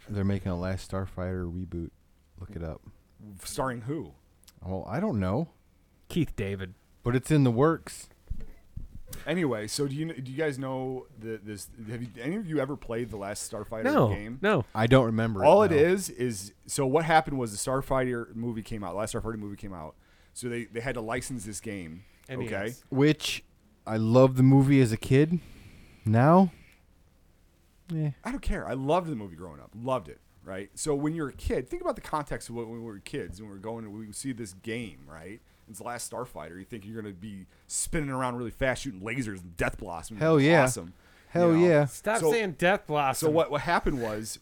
[SPEAKER 3] they're making a Last Starfighter reboot. Look it up.
[SPEAKER 1] Starring who?
[SPEAKER 3] Well, I don't know,
[SPEAKER 2] Keith David.
[SPEAKER 3] but it's in the works.
[SPEAKER 1] Anyway, so do you do you guys know the, this? Have you, any of you ever played the Last Starfighter
[SPEAKER 2] No,
[SPEAKER 1] game?
[SPEAKER 2] no.
[SPEAKER 3] I don't remember.
[SPEAKER 1] All
[SPEAKER 3] it
[SPEAKER 1] it
[SPEAKER 3] no.
[SPEAKER 1] is is so what happened was the Starfighter movie came out. Last Starfighter movie came out, so they they had to license this game.
[SPEAKER 2] NES.
[SPEAKER 1] Okay,
[SPEAKER 3] which I loved the movie as a kid. Now, eh,
[SPEAKER 1] I don't care. I loved the movie growing up. Loved it. Right. So when you're a kid, think about the context of what, when we were kids. When we were going, we would see this game. Right. It's the Last Starfighter. You think you're gonna be spinning around really fast, shooting lasers and death blossom.
[SPEAKER 3] Hell yeah.
[SPEAKER 1] Awesome.
[SPEAKER 3] hell yeah!
[SPEAKER 2] Stop
[SPEAKER 1] So-
[SPEAKER 2] saying Death Blossom.
[SPEAKER 1] So what what happened was,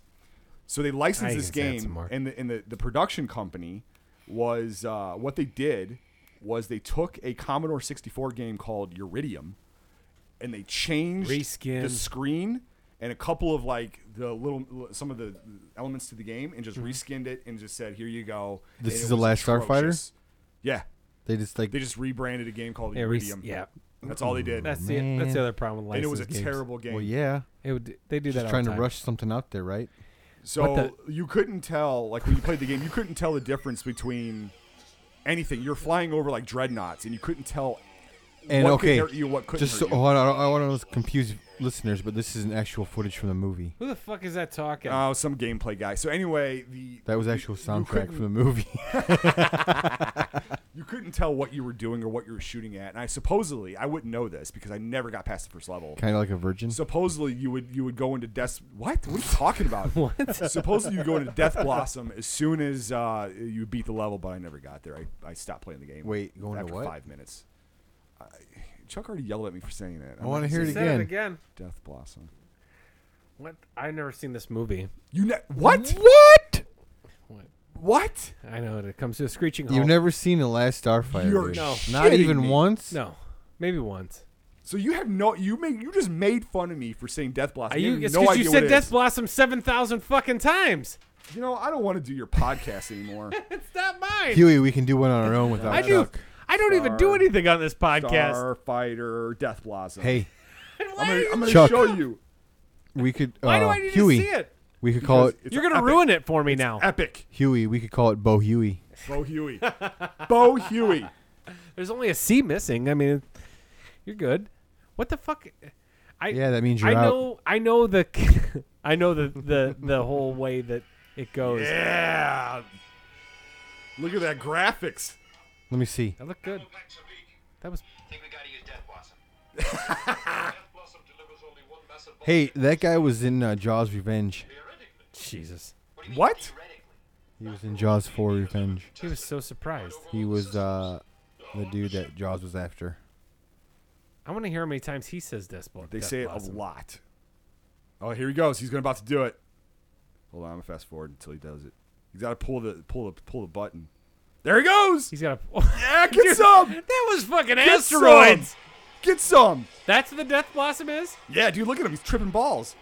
[SPEAKER 1] so they licensed
[SPEAKER 2] I
[SPEAKER 1] this
[SPEAKER 2] can say that's
[SPEAKER 1] game,
[SPEAKER 2] smart.
[SPEAKER 1] and the and the, the production company was uh, what they did was they took a Commodore 64 game called Uridium, and they changed
[SPEAKER 2] Reskin.
[SPEAKER 1] the screen and a couple of like the little some of the elements to the game, and just
[SPEAKER 2] Mm-hmm.
[SPEAKER 1] reskinned it and just said, "Here you go." And
[SPEAKER 3] This is
[SPEAKER 1] it
[SPEAKER 3] the
[SPEAKER 1] was
[SPEAKER 3] last Starfighter?
[SPEAKER 1] atrocious. Yeah,
[SPEAKER 3] They just like
[SPEAKER 1] they just rebranded a game called
[SPEAKER 2] Yeah, res-
[SPEAKER 1] Uridium.
[SPEAKER 2] yeah. Mm-hmm.
[SPEAKER 1] that's all they did,
[SPEAKER 2] That's the that's
[SPEAKER 3] Man.
[SPEAKER 2] the other problem with
[SPEAKER 1] and it was a
[SPEAKER 2] licensed games.
[SPEAKER 1] terrible game.
[SPEAKER 3] well, yeah.
[SPEAKER 2] It would, they do that.
[SPEAKER 3] Just
[SPEAKER 2] all
[SPEAKER 3] trying
[SPEAKER 2] the
[SPEAKER 3] to
[SPEAKER 2] time.
[SPEAKER 3] rush something out there, right?
[SPEAKER 1] So you couldn't tell, like when you played the game, you couldn't tell the difference between anything. You're flying over like dreadnoughts, and you couldn't tell
[SPEAKER 3] And
[SPEAKER 1] what
[SPEAKER 3] okay,
[SPEAKER 1] could hurt you, what couldn't
[SPEAKER 3] just so,
[SPEAKER 1] hurt you.
[SPEAKER 3] oh, I, don't- I want to confuse listeners, but this is an actual footage from the movie.
[SPEAKER 2] Who the fuck is that talking?
[SPEAKER 1] Oh, some gameplay guy. So anyway, the
[SPEAKER 3] That was
[SPEAKER 1] you-
[SPEAKER 3] actual
[SPEAKER 1] you
[SPEAKER 3] soundtrack
[SPEAKER 1] couldn't-
[SPEAKER 3] from the movie.
[SPEAKER 1] You couldn't tell what you were doing or what you were shooting at, and I supposedly I wouldn't know this because I never got past the first level.
[SPEAKER 3] kind of like a virgin.
[SPEAKER 1] Supposedly you would you would go into death. What? What are you talking about? what? Supposedly you go into Death Blossom as soon as uh, you beat the level, but I never got there. I, I stopped playing the game.
[SPEAKER 3] Wait, going to
[SPEAKER 1] after
[SPEAKER 3] what?
[SPEAKER 1] Five minutes. I, Chuck already yelled at me for saying that.
[SPEAKER 3] I want to hear it
[SPEAKER 2] Say
[SPEAKER 3] again.
[SPEAKER 2] it again.
[SPEAKER 1] Death Blossom.
[SPEAKER 2] What? I've never seen this movie.
[SPEAKER 1] You ne- what?
[SPEAKER 3] What?
[SPEAKER 2] What?
[SPEAKER 1] What?
[SPEAKER 2] I know it comes to a screeching halt.
[SPEAKER 3] You've never seen the last Starfighter?
[SPEAKER 1] You're
[SPEAKER 3] dude.
[SPEAKER 2] No.
[SPEAKER 3] not
[SPEAKER 1] kidding
[SPEAKER 3] even
[SPEAKER 1] me.
[SPEAKER 3] once.
[SPEAKER 2] No, maybe once.
[SPEAKER 1] So you have no you made you just made fun of me for saying Death Blossom.
[SPEAKER 2] Are you,
[SPEAKER 1] have
[SPEAKER 2] it's
[SPEAKER 1] no
[SPEAKER 2] because
[SPEAKER 1] idea
[SPEAKER 2] you
[SPEAKER 1] what
[SPEAKER 2] said
[SPEAKER 1] it
[SPEAKER 2] Death
[SPEAKER 1] is.
[SPEAKER 2] Blossom seven thousand fucking times.
[SPEAKER 1] You know I don't want to do your podcast anymore.
[SPEAKER 2] It's not mine.
[SPEAKER 3] Huey, we can do one on our own without
[SPEAKER 2] I do.
[SPEAKER 3] Chuck.
[SPEAKER 2] I don't even do
[SPEAKER 1] Star-
[SPEAKER 2] anything on this podcast.
[SPEAKER 1] Starfighter, Death Blossom.
[SPEAKER 3] Hey,
[SPEAKER 1] I'm gonna, I'm gonna
[SPEAKER 3] Chuck.
[SPEAKER 1] show you.
[SPEAKER 3] we could.
[SPEAKER 2] Why do
[SPEAKER 3] uh,
[SPEAKER 2] I need
[SPEAKER 3] Huey,
[SPEAKER 2] to see it?
[SPEAKER 3] We could call it
[SPEAKER 1] Because it's
[SPEAKER 2] You're gonna
[SPEAKER 1] epic.
[SPEAKER 2] ruin it for me now.
[SPEAKER 1] Epic.
[SPEAKER 3] Huey. We could call it Bo Huey.
[SPEAKER 1] Bo Huey. Bo Huey.
[SPEAKER 2] There's only a C missing. I mean, You're good. What the fuck? I
[SPEAKER 3] Yeah, that means you're
[SPEAKER 2] I
[SPEAKER 3] out.
[SPEAKER 2] know I know the I know the the the whole way that it goes.
[SPEAKER 1] Yeah. Look at that graphics.
[SPEAKER 3] Let me see.
[SPEAKER 2] That looked good.
[SPEAKER 6] Back to Veek.
[SPEAKER 2] That was
[SPEAKER 6] Think we gotta use Death Blossom. Death Blossom delivers only one massive bomb.
[SPEAKER 3] Hey, that guy was in uh, Jaws Revenge.
[SPEAKER 6] Theoretically.
[SPEAKER 2] Jesus.
[SPEAKER 6] What? do you mean
[SPEAKER 1] What?
[SPEAKER 6] theoretically?
[SPEAKER 3] He was in Jaws 4 Revenge.
[SPEAKER 2] He was so surprised.
[SPEAKER 3] He was uh, the dude that Jaws was after.
[SPEAKER 2] I want to hear how many times he says this. But
[SPEAKER 1] They say it a lot. Oh, here he goes. He's going about to do it. Hold on, I'm gonna fast forward until he does it. He's got to pull the pull the pull the button. There he goes.
[SPEAKER 2] He's got a.
[SPEAKER 1] Yeah, get some.
[SPEAKER 2] That was fucking
[SPEAKER 1] Get
[SPEAKER 2] asteroids.
[SPEAKER 1] some! Get some.
[SPEAKER 2] That's what the death blossom is.
[SPEAKER 1] Yeah, dude, look at him. He's tripping balls.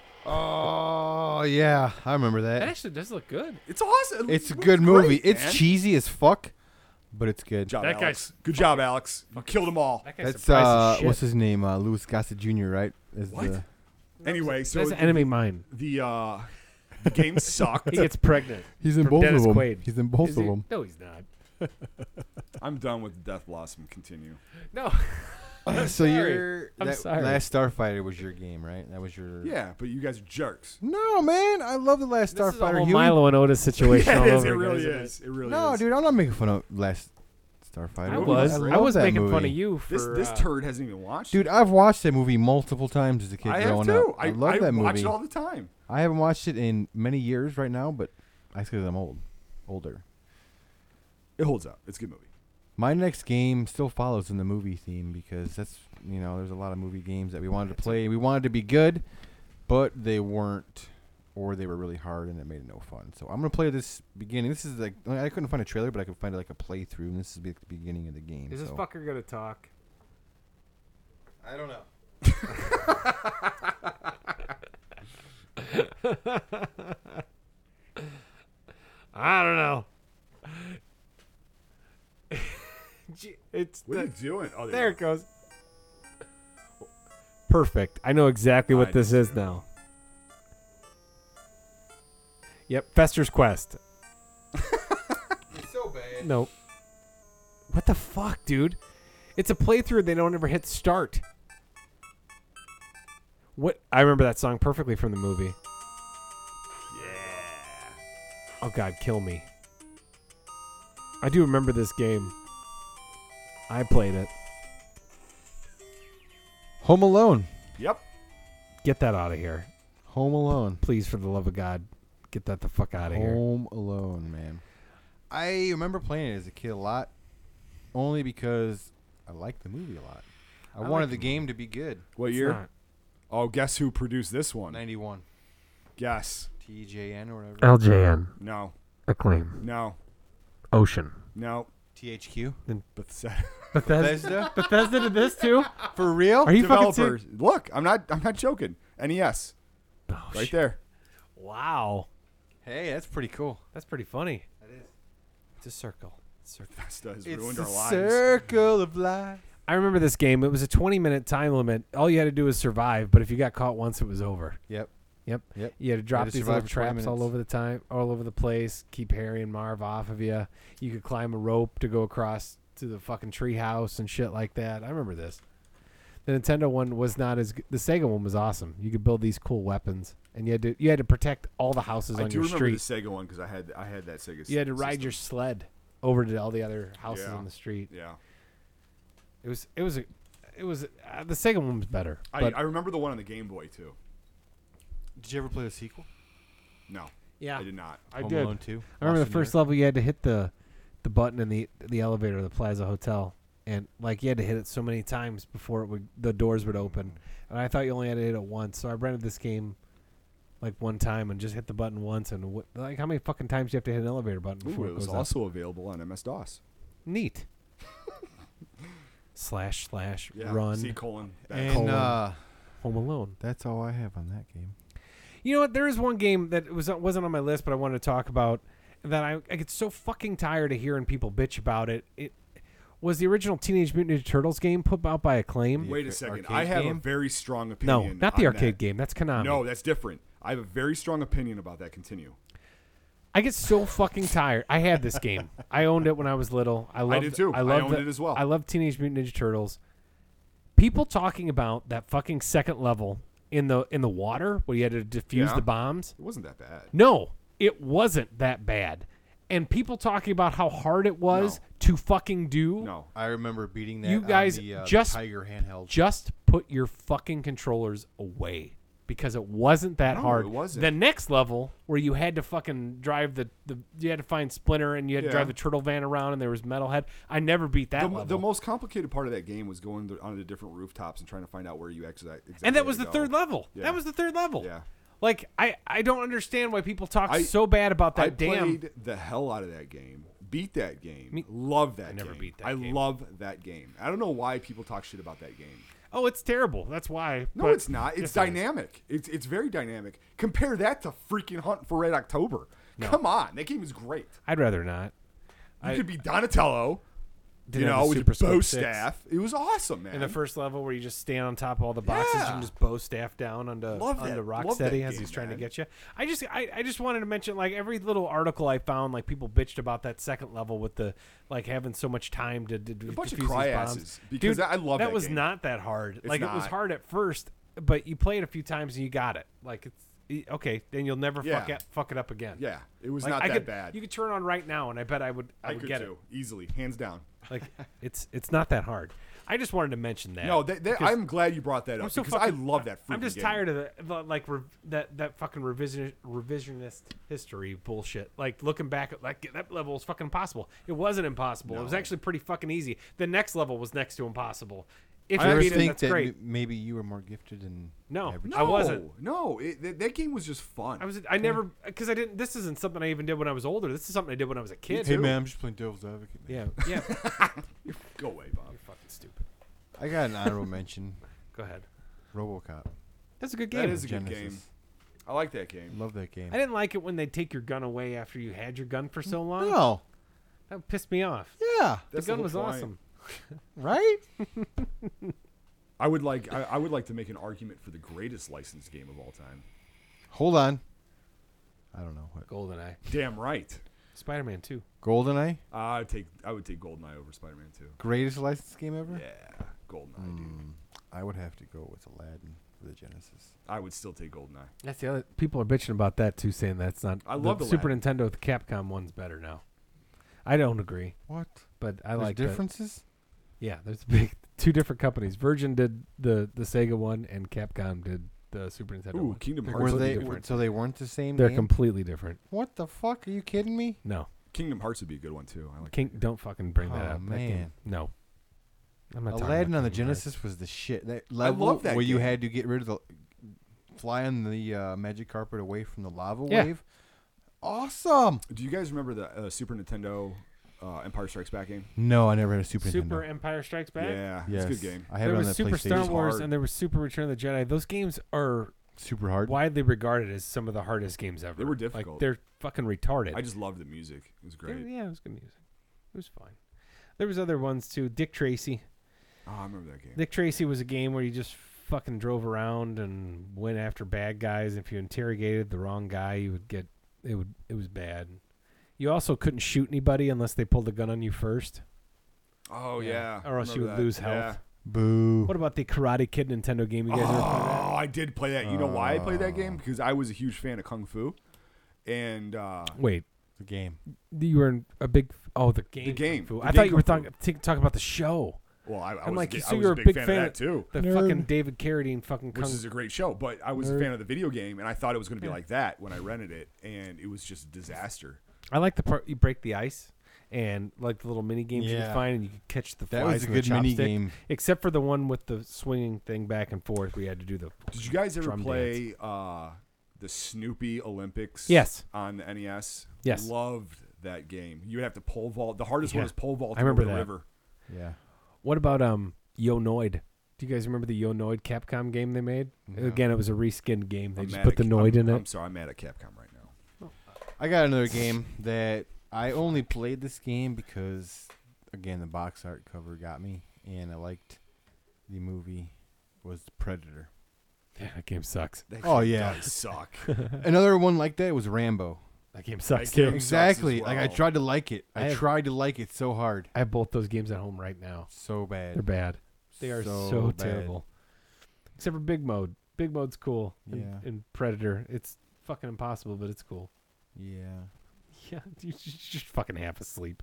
[SPEAKER 3] Oh, yeah. I remember
[SPEAKER 2] That
[SPEAKER 3] that.
[SPEAKER 2] actually does look good.
[SPEAKER 1] It's awesome. It
[SPEAKER 3] It's a
[SPEAKER 1] looks
[SPEAKER 3] good
[SPEAKER 1] great,
[SPEAKER 3] movie. It's
[SPEAKER 1] man.
[SPEAKER 3] cheesy as fuck, but it's good.
[SPEAKER 1] Good job,
[SPEAKER 2] That
[SPEAKER 1] Alex.
[SPEAKER 2] guy's
[SPEAKER 1] Good job, Alex. You killed them all.
[SPEAKER 2] That guy's
[SPEAKER 3] That's
[SPEAKER 2] surprised
[SPEAKER 3] uh,
[SPEAKER 2] as shit.
[SPEAKER 3] what's his name? Uh, Louis Gossett Jr. Right? Is
[SPEAKER 1] What?
[SPEAKER 3] the-
[SPEAKER 1] Anyway, so
[SPEAKER 2] That's enemy mine.
[SPEAKER 1] the uh, the game sucked.
[SPEAKER 2] He gets pregnant.
[SPEAKER 3] he's in
[SPEAKER 2] From
[SPEAKER 3] both
[SPEAKER 2] Dennis
[SPEAKER 3] of them.
[SPEAKER 2] Quaid.
[SPEAKER 3] He's in both
[SPEAKER 2] Is
[SPEAKER 3] of
[SPEAKER 2] he-
[SPEAKER 3] them.
[SPEAKER 2] No, he's not.
[SPEAKER 1] I'm done with Death Blossom. Continue.
[SPEAKER 2] No.
[SPEAKER 3] so
[SPEAKER 2] sorry.
[SPEAKER 3] your
[SPEAKER 2] I'm
[SPEAKER 3] that
[SPEAKER 2] sorry.
[SPEAKER 3] last Starfighter was your game, right? That was your
[SPEAKER 1] Yeah, but you guys are jerks.
[SPEAKER 3] No, man, I love the last
[SPEAKER 2] This is a
[SPEAKER 3] Starfighter.
[SPEAKER 2] whole
[SPEAKER 3] Huey.
[SPEAKER 2] Milo and Otis situation all
[SPEAKER 1] it is.
[SPEAKER 2] over
[SPEAKER 1] It
[SPEAKER 2] again,
[SPEAKER 1] really
[SPEAKER 2] isn't
[SPEAKER 1] is. It really
[SPEAKER 3] No,
[SPEAKER 1] is.
[SPEAKER 3] dude, I'm not making fun of last Starfighter.
[SPEAKER 2] I
[SPEAKER 1] Movie was
[SPEAKER 2] was. I,
[SPEAKER 1] great.
[SPEAKER 3] love
[SPEAKER 2] was
[SPEAKER 3] that
[SPEAKER 2] making fun
[SPEAKER 3] movie.
[SPEAKER 2] of you for
[SPEAKER 1] This this
[SPEAKER 2] uh,
[SPEAKER 1] turd hasn't even watched.
[SPEAKER 3] Dude, I've watched that movie multiple times as a kid
[SPEAKER 1] I have
[SPEAKER 3] growing
[SPEAKER 1] too.
[SPEAKER 3] up.
[SPEAKER 1] I,
[SPEAKER 3] I love
[SPEAKER 1] I
[SPEAKER 3] that
[SPEAKER 1] watch
[SPEAKER 3] movie.
[SPEAKER 1] it all the time.
[SPEAKER 3] I haven't watched it in many years right now, but I because I'm old, older.
[SPEAKER 1] It holds up. It's a good movie.
[SPEAKER 3] My next game still follows in the movie theme because that's you know there's a lot of movie games that we wanted to play. We wanted to be good, but they weren't, or they were really hard and it made it no fun. So I'm gonna play this beginning. This is like I couldn't find a trailer, but I could find like a playthrough, and this is be- the beginning of the game.
[SPEAKER 2] Is this
[SPEAKER 3] so.
[SPEAKER 2] fucker gonna talk?
[SPEAKER 3] I don't know.
[SPEAKER 2] I don't know. Gee, it's
[SPEAKER 1] What are
[SPEAKER 2] the-
[SPEAKER 1] you doing? Oh,
[SPEAKER 2] there it goes. Perfect. I know exactly what
[SPEAKER 1] I
[SPEAKER 2] this is now. Yep, Fester's Quest.
[SPEAKER 3] It's so bad.
[SPEAKER 2] Nope. What the fuck, dude? It's a playthrough. They don't ever hit start. What? I remember that song perfectly from the movie. Yeah. Oh God, kill me. I do remember this game. I played it.
[SPEAKER 3] Home Alone.
[SPEAKER 1] Yep.
[SPEAKER 2] Get that out of here,
[SPEAKER 3] Home Alone.
[SPEAKER 2] please, for the love of God. Get that the fuck out of here.
[SPEAKER 3] Home Alone, man. I remember playing it as a kid a lot, only because I liked the movie a lot. I,
[SPEAKER 2] I
[SPEAKER 3] wanted
[SPEAKER 2] like
[SPEAKER 3] the
[SPEAKER 2] the
[SPEAKER 3] game to be good.
[SPEAKER 1] What
[SPEAKER 2] It's
[SPEAKER 1] year?
[SPEAKER 2] not.
[SPEAKER 1] Oh, guess who produced this one?
[SPEAKER 3] Ninety-one.
[SPEAKER 1] Guess.
[SPEAKER 3] TJN or whatever.
[SPEAKER 2] LJN
[SPEAKER 1] No.
[SPEAKER 2] acclaim
[SPEAKER 1] No.
[SPEAKER 2] Ocean.
[SPEAKER 1] No.
[SPEAKER 3] THQ.
[SPEAKER 1] Bethesda.
[SPEAKER 2] Bethesda.
[SPEAKER 3] Bethesda.
[SPEAKER 2] Bethesda did this too.
[SPEAKER 3] For real?
[SPEAKER 2] Are you fucking serious?
[SPEAKER 1] Developers. Look, I'm not. I'm not joking. NES.
[SPEAKER 2] Oh,
[SPEAKER 1] Right
[SPEAKER 2] shit.
[SPEAKER 1] there.
[SPEAKER 2] Wow.
[SPEAKER 3] Hey, that's pretty cool.
[SPEAKER 2] That's pretty funny.
[SPEAKER 3] That is.
[SPEAKER 2] It's a circle. Circle.
[SPEAKER 1] Bethesda has
[SPEAKER 3] It's
[SPEAKER 1] ruined
[SPEAKER 3] the
[SPEAKER 1] our lives.
[SPEAKER 3] circle of life.
[SPEAKER 2] I remember this game. It was a 20 minute time limit. All you had to do was survive, but if you got caught once, it was over.
[SPEAKER 3] Yep.
[SPEAKER 2] Yep.
[SPEAKER 3] Yep.
[SPEAKER 2] You had to drop
[SPEAKER 3] to
[SPEAKER 2] these
[SPEAKER 3] survive
[SPEAKER 2] little
[SPEAKER 3] for 20
[SPEAKER 2] traps all
[SPEAKER 3] minutes.
[SPEAKER 2] over the time, all over the place. Keep Harry and Marv off of you. You could climb a rope to go across to the fucking treehouse and shit like that. I remember this. The Nintendo one was not as good. the Sega one was awesome. You could build these cool weapons, and you had to you had to protect all the houses
[SPEAKER 1] I
[SPEAKER 2] on
[SPEAKER 1] do
[SPEAKER 2] your
[SPEAKER 1] remember
[SPEAKER 2] street.
[SPEAKER 1] the Sega one because I had I had that Sega.
[SPEAKER 2] You had to ride
[SPEAKER 1] system.
[SPEAKER 2] your sled over to all the other houses
[SPEAKER 1] Yeah.
[SPEAKER 2] on the street.
[SPEAKER 1] Yeah.
[SPEAKER 2] It was it was a, it was uh, the second one was better.
[SPEAKER 1] I,
[SPEAKER 2] but
[SPEAKER 1] I remember the one on the Game Boy too.
[SPEAKER 3] Did you ever play the sequel?
[SPEAKER 1] No,
[SPEAKER 2] yeah,
[SPEAKER 1] I did not.
[SPEAKER 2] I
[SPEAKER 3] Home
[SPEAKER 2] did.
[SPEAKER 3] Alone 2.
[SPEAKER 2] I remember
[SPEAKER 3] Lost
[SPEAKER 2] the
[SPEAKER 3] in
[SPEAKER 2] first
[SPEAKER 3] New York?
[SPEAKER 2] level you had to hit the the button in the the elevator of the Plaza Hotel, and like you had to hit it so many times before it would the doors would open. And I thought you only had to hit it once, so I rented this game like one time and just hit the button once. And what, like how many fucking times do you have to hit an elevator button before
[SPEAKER 1] Ooh,
[SPEAKER 2] it,
[SPEAKER 1] it was
[SPEAKER 2] goes up?
[SPEAKER 1] also available on MS DOS.
[SPEAKER 2] Neat. slash slash
[SPEAKER 1] Yeah.
[SPEAKER 2] run
[SPEAKER 1] C colon. that colon.
[SPEAKER 3] And uh,
[SPEAKER 2] Home Alone.
[SPEAKER 3] that's all I have on that game.
[SPEAKER 2] You know what? There is one game that was wasn't on my list, but I wanted to talk about that. I, I get so fucking tired of hearing people bitch about it. It was the original Teenage Mutant Ninja Turtles game put out by Acclaim.
[SPEAKER 1] Wait a
[SPEAKER 3] arcade
[SPEAKER 1] second. I have a
[SPEAKER 3] game?
[SPEAKER 1] very strong
[SPEAKER 2] no,
[SPEAKER 1] opinion.
[SPEAKER 2] not the
[SPEAKER 1] on that.
[SPEAKER 2] arcade game. That's Konami.
[SPEAKER 1] No, that's different. I have a very strong opinion about that. Continue.
[SPEAKER 2] I get so fucking tired. I had this game. I owned it when I was little. I loved
[SPEAKER 1] did too.
[SPEAKER 2] I
[SPEAKER 1] I
[SPEAKER 2] loved
[SPEAKER 1] owned
[SPEAKER 2] the-
[SPEAKER 1] it as well.
[SPEAKER 2] I loved Teenage Mutant Ninja Turtles. people talking about that fucking second level in the in the water where you had to defuse
[SPEAKER 1] Yeah.
[SPEAKER 2] the bombs.
[SPEAKER 1] It wasn't that bad.
[SPEAKER 2] No, it wasn't that bad. And people talking about how hard it was
[SPEAKER 1] No.
[SPEAKER 2] to fucking do.
[SPEAKER 1] No.
[SPEAKER 3] I remember beating
[SPEAKER 2] You
[SPEAKER 3] on
[SPEAKER 2] guys
[SPEAKER 3] uh,
[SPEAKER 2] just-
[SPEAKER 3] Tiger handheld.
[SPEAKER 2] Just put your fucking controllers away because it wasn't that
[SPEAKER 1] No,
[SPEAKER 2] hard.
[SPEAKER 1] it wasn't.
[SPEAKER 2] The next level where you had to fucking drive the, the you had to find Splinter and you had
[SPEAKER 1] Yeah.
[SPEAKER 2] to drive the turtle van around and there was Metalhead. I never beat that
[SPEAKER 1] The,
[SPEAKER 2] level.
[SPEAKER 1] the most complicated part of that game was going to, onto different rooftops and trying to find out where you exit. Exactly
[SPEAKER 2] and that was the
[SPEAKER 1] go.
[SPEAKER 2] third level.
[SPEAKER 1] Yeah.
[SPEAKER 2] That was the third level.
[SPEAKER 1] Yeah.
[SPEAKER 2] Like I, I don't understand why people talk
[SPEAKER 1] I-
[SPEAKER 2] so bad about that
[SPEAKER 1] I
[SPEAKER 2] damn
[SPEAKER 1] played the hell out of that game. Beat that game. love that
[SPEAKER 2] never
[SPEAKER 1] game.
[SPEAKER 2] beat that
[SPEAKER 1] I
[SPEAKER 2] game.
[SPEAKER 1] love that game. I don't know why people talk shit about that game.
[SPEAKER 2] Oh, it's terrible. That's why.
[SPEAKER 1] No,
[SPEAKER 2] but-
[SPEAKER 1] it's not. It's
[SPEAKER 2] Yes, it is.
[SPEAKER 1] dynamic. It's it's very dynamic. Compare that to freaking Hunt for Red October. Come on, that game is great.
[SPEAKER 2] I'd rather not.
[SPEAKER 1] You could be Donatello, you
[SPEAKER 2] Didn't have
[SPEAKER 1] know,
[SPEAKER 2] the
[SPEAKER 1] with your
[SPEAKER 2] Super Scope
[SPEAKER 1] bow
[SPEAKER 2] six.
[SPEAKER 1] staff. It was awesome, man.
[SPEAKER 2] In the first level where you just stand on top of all the boxes, you
[SPEAKER 1] Yeah.
[SPEAKER 2] can just bow staff down onto
[SPEAKER 1] Love that-
[SPEAKER 2] onto
[SPEAKER 1] love that
[SPEAKER 2] Rocksteady as
[SPEAKER 1] game,
[SPEAKER 2] he's trying
[SPEAKER 1] man.
[SPEAKER 2] to get you. I just I, I just wanted to mention like every little article I found like people bitched about that second level with the like having so much time to, to a
[SPEAKER 1] bunch of cry asses, because I love that
[SPEAKER 2] was
[SPEAKER 1] game.
[SPEAKER 2] not that hard. like it was
[SPEAKER 1] not.
[SPEAKER 2] hard at first, but you play it a few times and you got it. Like it's okay, then you'll never fuck
[SPEAKER 1] Yeah.
[SPEAKER 2] it fuck it up again.
[SPEAKER 1] yeah, it was
[SPEAKER 2] Like,
[SPEAKER 1] not
[SPEAKER 2] I
[SPEAKER 1] that
[SPEAKER 2] could-
[SPEAKER 1] bad.
[SPEAKER 2] You could turn on right now, and I bet I would. I,
[SPEAKER 1] I
[SPEAKER 2] would
[SPEAKER 1] could
[SPEAKER 2] get
[SPEAKER 1] too easily, hands down.
[SPEAKER 2] it. Like it's it's not that hard. I just wanted to mention that.
[SPEAKER 1] No, that, that-
[SPEAKER 2] because
[SPEAKER 1] I'm glad you brought that up
[SPEAKER 2] I'm so
[SPEAKER 1] because
[SPEAKER 2] fucking-
[SPEAKER 1] I love that.
[SPEAKER 2] I'm
[SPEAKER 1] freaking
[SPEAKER 2] just
[SPEAKER 1] game.
[SPEAKER 2] tired of the, the like re, that that fucking revision, revisionist history bullshit. Like looking back at like that level was fucking impossible. It wasn't impossible. It was actually pretty fucking easy. The next level was next to impossible. If
[SPEAKER 3] I
[SPEAKER 2] you
[SPEAKER 3] always
[SPEAKER 2] beat it,
[SPEAKER 3] think
[SPEAKER 2] that's
[SPEAKER 3] that
[SPEAKER 2] great.
[SPEAKER 3] m- maybe you were more gifted and
[SPEAKER 2] No.
[SPEAKER 3] average.
[SPEAKER 1] No,
[SPEAKER 2] I wasn't.
[SPEAKER 1] No, it, that, that game was just fun.
[SPEAKER 2] I was I never because I didn't. This isn't something I even did when I was older. This is something I did when I was a kid.
[SPEAKER 3] Hey man, I'm just playing devil's advocate. man.
[SPEAKER 2] Yeah, yeah. You're
[SPEAKER 1] Go away, Bob.
[SPEAKER 2] fucking stupid.
[SPEAKER 3] I got an honorable mention.
[SPEAKER 2] Go ahead.
[SPEAKER 3] RoboCop.
[SPEAKER 2] That's a good
[SPEAKER 1] That
[SPEAKER 2] game.
[SPEAKER 1] is a good game.
[SPEAKER 3] Genesis.
[SPEAKER 1] I like that game.
[SPEAKER 3] Love that game.
[SPEAKER 2] I didn't like it when they take your gun away after you had your gun for so long.
[SPEAKER 3] Mm. No.
[SPEAKER 2] That pissed me off.
[SPEAKER 3] Yeah.
[SPEAKER 1] That's
[SPEAKER 2] the gun
[SPEAKER 1] whole
[SPEAKER 2] was
[SPEAKER 1] point.
[SPEAKER 2] awesome.
[SPEAKER 3] Right.
[SPEAKER 1] I would like. I, I would like to make an argument for the greatest licensed game of all time.
[SPEAKER 3] Hold on. I don't know what.
[SPEAKER 2] Goldeneye,
[SPEAKER 1] Damn right.
[SPEAKER 2] Spider-Man 2.
[SPEAKER 3] Goldeneye.
[SPEAKER 1] I would take. I would take Goldeneye over Spider-Man 2.
[SPEAKER 3] Greatest licensed game ever. Hmm,
[SPEAKER 1] Yeah, Goldeneye,
[SPEAKER 2] Hmm.
[SPEAKER 1] dude.
[SPEAKER 3] I would have to go with Aladdin for the Genesis.
[SPEAKER 1] I would still take Goldeneye.
[SPEAKER 2] That's the other people are bitching about that too, saying that's not.
[SPEAKER 1] I love
[SPEAKER 2] the
[SPEAKER 1] the
[SPEAKER 2] Super Nintendo with Capcom one's better now. I don't agree,
[SPEAKER 3] What?
[SPEAKER 2] but I
[SPEAKER 3] There's
[SPEAKER 2] like that-
[SPEAKER 3] differences.
[SPEAKER 2] Yeah, there's big two different companies. Virgin did the the Sega one, and Capcom did the Super Nintendo
[SPEAKER 1] Ooh,
[SPEAKER 2] one.
[SPEAKER 1] Kingdom
[SPEAKER 2] They're
[SPEAKER 1] Hearts.
[SPEAKER 3] Were
[SPEAKER 1] would be
[SPEAKER 3] they
[SPEAKER 1] good.
[SPEAKER 2] different.
[SPEAKER 3] so they weren't the same?
[SPEAKER 2] They're
[SPEAKER 3] game?
[SPEAKER 2] completely different.
[SPEAKER 3] what the fuck? Are you kidding me?
[SPEAKER 2] No,
[SPEAKER 1] Kingdom Hearts would be a good one too. I like.
[SPEAKER 2] King, don't fucking bring that
[SPEAKER 3] Oh,
[SPEAKER 2] up. That
[SPEAKER 3] man.
[SPEAKER 2] game- no, I'm not. talking about
[SPEAKER 3] Aladdin on the
[SPEAKER 2] Kingdom Hearts.
[SPEAKER 3] Genesis was the shit. That level
[SPEAKER 1] love that
[SPEAKER 3] where you
[SPEAKER 1] game.
[SPEAKER 3] had to get rid of the flying the uh, magic carpet away from the lava
[SPEAKER 2] Yeah.
[SPEAKER 3] wave. Awesome.
[SPEAKER 1] Do you guys remember the uh, Super Nintendo uh, Empire Strikes Back game?
[SPEAKER 3] No, I never had a Super
[SPEAKER 2] Super
[SPEAKER 3] Nintendo.
[SPEAKER 2] Empire Strikes Back.
[SPEAKER 1] Yeah,
[SPEAKER 3] Yes.
[SPEAKER 1] it's a good game.
[SPEAKER 3] I have
[SPEAKER 2] There
[SPEAKER 3] it on
[SPEAKER 2] was
[SPEAKER 3] the
[SPEAKER 2] Super
[SPEAKER 3] PlayStation.
[SPEAKER 2] Star Wars
[SPEAKER 1] hard.
[SPEAKER 2] and there was Super Return of the Jedi. Those games are
[SPEAKER 3] Super hard.
[SPEAKER 2] widely regarded as some of the hardest games ever.
[SPEAKER 1] They were
[SPEAKER 2] Like
[SPEAKER 1] difficult.
[SPEAKER 2] they're fucking retarded.
[SPEAKER 1] I just loved the music. It was
[SPEAKER 2] There-
[SPEAKER 1] great.
[SPEAKER 2] Yeah, it was good music. It was fine. There was other ones too. Dick Tracy.
[SPEAKER 1] Oh, I remember that game.
[SPEAKER 2] Dick Tracy was a game where you just fucking drove around and went after bad guys. If you interrogated the wrong guy, you would get it would it was bad. You also couldn't shoot anybody unless they pulled a gun on you first.
[SPEAKER 1] Oh yeah.
[SPEAKER 2] Yeah, or else you
[SPEAKER 1] Remember
[SPEAKER 2] would
[SPEAKER 1] that.
[SPEAKER 2] lose
[SPEAKER 1] Yeah.
[SPEAKER 2] health.
[SPEAKER 3] Boo.
[SPEAKER 2] What about the Karate Kid Nintendo game you guys ever played? Oh.
[SPEAKER 1] Oh, I did play that. You know why I played that game? Because I was a huge fan of Kung Fu, and uh,
[SPEAKER 2] Wait,
[SPEAKER 3] the game.
[SPEAKER 2] you were in a big oh the game.
[SPEAKER 1] game.
[SPEAKER 2] Kung Fu.
[SPEAKER 1] The
[SPEAKER 2] I
[SPEAKER 1] game
[SPEAKER 2] thought you were
[SPEAKER 1] Kung Fu.
[SPEAKER 2] talking t- talking about the show.
[SPEAKER 1] well, I, I
[SPEAKER 2] I'm
[SPEAKER 1] was
[SPEAKER 2] like,
[SPEAKER 1] a, gi-
[SPEAKER 2] so
[SPEAKER 1] I was
[SPEAKER 2] you're
[SPEAKER 1] a big, fan, of that too,
[SPEAKER 2] The fucking David Carradine fucking
[SPEAKER 1] which
[SPEAKER 2] Kung
[SPEAKER 1] is a great show. But I was a fan of the video game, and I thought it was going to be like that when I rented it, and it was just a disaster.
[SPEAKER 2] I like the part you break the ice and like the little mini games you
[SPEAKER 3] Yeah.
[SPEAKER 2] could find and you could catch the
[SPEAKER 3] That
[SPEAKER 2] flies
[SPEAKER 3] was a
[SPEAKER 2] with a
[SPEAKER 3] good mini
[SPEAKER 2] chopstick,
[SPEAKER 3] game.
[SPEAKER 2] Except for the one with the swinging thing back and forth, we had to do the.
[SPEAKER 1] Did you guys ever
[SPEAKER 2] Drum
[SPEAKER 1] play uh, the Snoopy Olympics?
[SPEAKER 2] Yes.
[SPEAKER 1] On the NES.
[SPEAKER 2] Yes.
[SPEAKER 1] Loved that game. You would have to pole vault. The hardest
[SPEAKER 2] Yeah.
[SPEAKER 1] one was pole vault.
[SPEAKER 2] I remember
[SPEAKER 1] over the
[SPEAKER 2] that.
[SPEAKER 1] river.
[SPEAKER 3] Yeah.
[SPEAKER 2] What about um Yonoid? Do you guys remember the Yonoid Capcom game they made? Again, it was a reskinned game. They
[SPEAKER 1] I'm
[SPEAKER 2] just
[SPEAKER 1] mad
[SPEAKER 2] put
[SPEAKER 1] at
[SPEAKER 2] the
[SPEAKER 1] Cap-
[SPEAKER 2] Noid
[SPEAKER 1] I'm,
[SPEAKER 2] in
[SPEAKER 1] I'm
[SPEAKER 2] it.
[SPEAKER 1] sorry, I'm mad at Capcom right now.
[SPEAKER 3] I got another game that I only played this game because, again, the box art cover got me, and I liked the movie was Predator.
[SPEAKER 2] Yeah, that game sucks.
[SPEAKER 1] That
[SPEAKER 3] Oh,
[SPEAKER 1] shit
[SPEAKER 3] yeah.
[SPEAKER 1] does suck.
[SPEAKER 3] another one like that was Rambo.
[SPEAKER 2] That game sucks
[SPEAKER 1] That game
[SPEAKER 2] too.
[SPEAKER 1] sucks as
[SPEAKER 3] Exactly. Like I
[SPEAKER 1] well.
[SPEAKER 3] tried to like it. I,
[SPEAKER 2] I have-
[SPEAKER 3] tried to like it so hard,
[SPEAKER 2] I have both those games at home right now.
[SPEAKER 3] so
[SPEAKER 2] They're
[SPEAKER 3] bad,
[SPEAKER 2] bad. They are so,
[SPEAKER 3] So bad.
[SPEAKER 2] terrible. Except for big mode. Big mode's cool. And,
[SPEAKER 3] Yeah.
[SPEAKER 2] and Predator, it's fucking impossible, but it's cool.
[SPEAKER 3] Yeah.
[SPEAKER 2] Yeah, you just, just fucking half asleep.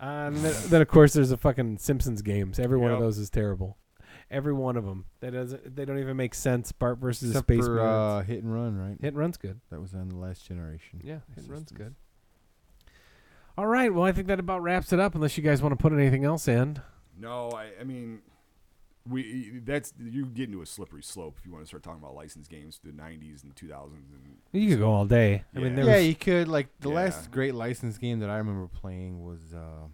[SPEAKER 2] Uh, and then, then of course there's the fucking Simpsons games. Every one of
[SPEAKER 1] Yep.
[SPEAKER 2] those is terrible. Every one of them. That doesn't. They don't even make sense. Bart versus
[SPEAKER 3] Except
[SPEAKER 2] the Space
[SPEAKER 3] for
[SPEAKER 2] Marines.
[SPEAKER 3] uh, Mm. Hit and Run, right?
[SPEAKER 2] Hit and run's good.
[SPEAKER 3] That was on the last generation.
[SPEAKER 2] Yeah, hit and run's
[SPEAKER 3] Systems.
[SPEAKER 2] good. All right. Well, I think that about wraps it up. Unless you guys want to put anything else in.
[SPEAKER 1] No, I, I mean, we that's you get into a slippery slope if you want to start talking about licensed games through the '90s and 2000s. And
[SPEAKER 2] You could go all day. I
[SPEAKER 1] Yeah.
[SPEAKER 2] mean, there
[SPEAKER 3] yeah,
[SPEAKER 2] was
[SPEAKER 3] you could like the
[SPEAKER 1] Yeah.
[SPEAKER 3] last great licensed game that I remember playing was uh,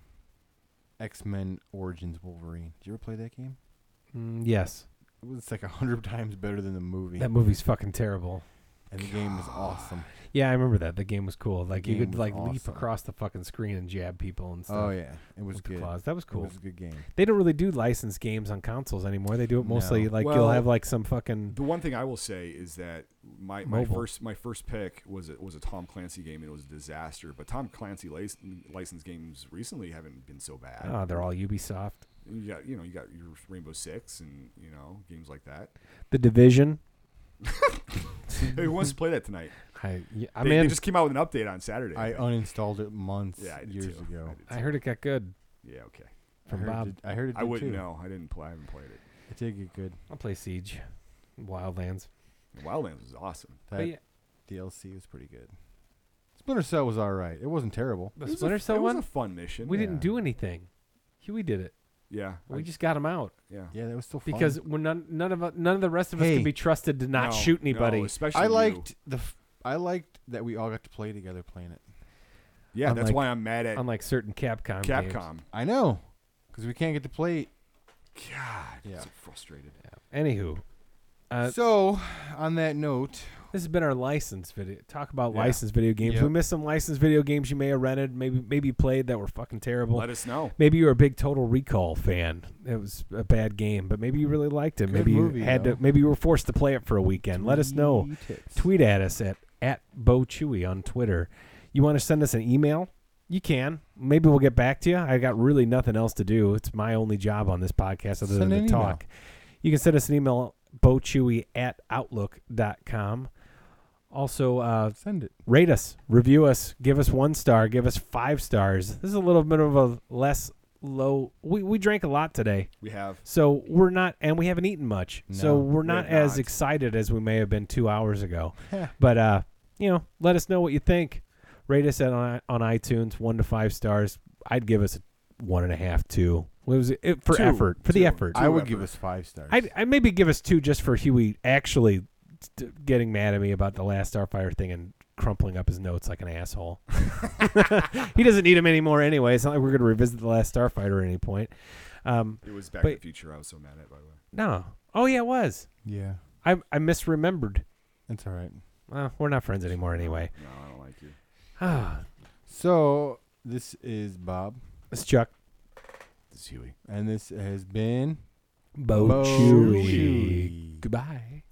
[SPEAKER 3] X Men Origins Wolverine. Did you ever play that game?
[SPEAKER 2] Mm, yes.
[SPEAKER 3] It was like a hundred times better than the movie,
[SPEAKER 2] That movie's fucking terrible.
[SPEAKER 3] and the game was awesome.
[SPEAKER 2] Yeah, I remember that. The game was cool. Like you
[SPEAKER 3] game
[SPEAKER 2] could
[SPEAKER 3] was
[SPEAKER 2] like leap
[SPEAKER 3] awesome.
[SPEAKER 2] across the fucking screen and jab people and stuff.
[SPEAKER 3] Oh yeah, it was
[SPEAKER 2] with the
[SPEAKER 3] good.
[SPEAKER 2] claws. That was cool.
[SPEAKER 3] It was a good game.
[SPEAKER 2] They don't really do licensed games on consoles anymore. They do it mostly
[SPEAKER 3] No.
[SPEAKER 2] like you'll
[SPEAKER 1] Well-
[SPEAKER 2] have like some fucking
[SPEAKER 1] the one thing I will say is that my, my
[SPEAKER 2] Mm. Mobile.
[SPEAKER 1] first my first pick was a, was a Tom Clancy game and it was a disaster. But Tom Clancy lic- licensed games recently haven't been so bad.
[SPEAKER 2] oh, they're all Ubisoft.
[SPEAKER 1] You got you know you got your Rainbow Six and you know games like that.
[SPEAKER 2] The Division.
[SPEAKER 1] Who wants to play that tonight?
[SPEAKER 2] I yeah, I'm
[SPEAKER 1] they, they
[SPEAKER 2] in.
[SPEAKER 1] just came out with an update on Saturday.
[SPEAKER 3] I uninstalled it months
[SPEAKER 1] yeah, I did
[SPEAKER 3] years
[SPEAKER 1] too.
[SPEAKER 3] ago.
[SPEAKER 1] I did
[SPEAKER 2] I
[SPEAKER 1] too.
[SPEAKER 2] heard it got good.
[SPEAKER 1] yeah, okay.
[SPEAKER 2] from
[SPEAKER 3] I heard
[SPEAKER 2] Bob.
[SPEAKER 3] It, I heard it.
[SPEAKER 1] I
[SPEAKER 3] did,
[SPEAKER 1] wouldn't
[SPEAKER 3] too.
[SPEAKER 1] know. I didn't play. I haven't played it.
[SPEAKER 3] It did get good.
[SPEAKER 2] I'll play Siege, Wildlands.
[SPEAKER 1] Wildlands was awesome.
[SPEAKER 3] That
[SPEAKER 2] but yeah,
[SPEAKER 3] DLC was pretty good. Splinter Cell was all right. It wasn't terrible.
[SPEAKER 2] the
[SPEAKER 1] It was a-
[SPEAKER 2] Splinter Cell
[SPEAKER 1] it
[SPEAKER 2] one.
[SPEAKER 1] was a fun mission.
[SPEAKER 2] we didn't
[SPEAKER 3] yeah.
[SPEAKER 2] do anything. Huey did it.
[SPEAKER 1] yeah,
[SPEAKER 2] We
[SPEAKER 1] I-
[SPEAKER 2] just got him out
[SPEAKER 1] yeah.
[SPEAKER 3] Yeah, that was still fun.
[SPEAKER 2] because we're none, none of us- none of the rest of us
[SPEAKER 3] Hey.
[SPEAKER 2] can be trusted to
[SPEAKER 1] No,
[SPEAKER 2] not shoot
[SPEAKER 1] no,
[SPEAKER 2] anybody.
[SPEAKER 1] especially
[SPEAKER 3] I
[SPEAKER 1] you.
[SPEAKER 3] liked the. F- I liked that we all got to play together playing it.
[SPEAKER 1] Yeah, that's
[SPEAKER 2] Unlike-
[SPEAKER 1] why I'm mad at
[SPEAKER 2] unlike certain Capcom. games.
[SPEAKER 1] Capcom.
[SPEAKER 3] I know, because we can't get to play it
[SPEAKER 1] God,
[SPEAKER 3] Yeah.
[SPEAKER 1] I'm so frustrated.
[SPEAKER 2] Anywho, Uh,
[SPEAKER 3] so, on that note,
[SPEAKER 2] This has been our licensed video. Talk about
[SPEAKER 1] Yeah.
[SPEAKER 2] licensed video games.
[SPEAKER 3] Yep.
[SPEAKER 2] We missed some licensed video games you may have rented, maybe maybe played that were fucking terrible.
[SPEAKER 1] Let us know.
[SPEAKER 2] maybe you were a big Total Recall fan. It was a bad game, but maybe you really liked it.
[SPEAKER 3] Good
[SPEAKER 2] maybe
[SPEAKER 3] movie,
[SPEAKER 2] you had
[SPEAKER 3] though.
[SPEAKER 2] to. Maybe you were forced to play it for a weekend. Let us know. Tweet at us at at Bo Chewy on Twitter. You want to send us an email? You can. Maybe we'll get back to you. I got really nothing else to do. It's my only job on this podcast other
[SPEAKER 3] Send an
[SPEAKER 2] than to
[SPEAKER 3] email.
[SPEAKER 2] talk. You can send us an email, bochewy at outlook.com. Also, uh,
[SPEAKER 3] Send it.
[SPEAKER 2] rate us, review us, give us one star, give us five stars. This is a little bit of a less low. We, we drank a lot today,
[SPEAKER 1] We have
[SPEAKER 2] so we're not, and we haven't eaten much, so
[SPEAKER 3] No,
[SPEAKER 2] we're
[SPEAKER 1] we
[SPEAKER 2] not
[SPEAKER 1] have
[SPEAKER 2] as
[SPEAKER 1] not.
[SPEAKER 2] excited as we may have been two hours ago. but uh, you know, let us know what you think. Rate us at, on on iTunes, one to five stars. I'd give us a one and a half, two. It was it, for
[SPEAKER 1] Two.
[SPEAKER 2] effort, for the
[SPEAKER 1] Two.
[SPEAKER 2] effort.
[SPEAKER 3] I would
[SPEAKER 1] effort.
[SPEAKER 3] give us five stars.
[SPEAKER 2] I'd, I'd maybe give us two just for Huey actually t- getting mad at me about the last Starfire thing and crumpling up his notes like an asshole. he doesn't need him anymore anyway. It's not like we're going to revisit the last Starfighter at any point. Um,
[SPEAKER 1] it was Back to
[SPEAKER 2] But-
[SPEAKER 1] the Future. I was so mad at by the way.
[SPEAKER 2] no. Oh, yeah, it was.
[SPEAKER 3] yeah,
[SPEAKER 2] I, I misremembered.
[SPEAKER 3] that's all right.
[SPEAKER 2] Well, we're not friends anymore anyway.
[SPEAKER 1] No, I don't like you.
[SPEAKER 2] Ah,
[SPEAKER 3] So this is Bob,
[SPEAKER 2] it's Chuck.
[SPEAKER 1] This is Huey.
[SPEAKER 3] and this has been
[SPEAKER 2] Bo
[SPEAKER 3] Bo
[SPEAKER 2] Chewy.
[SPEAKER 3] Chewy.
[SPEAKER 2] Goodbye.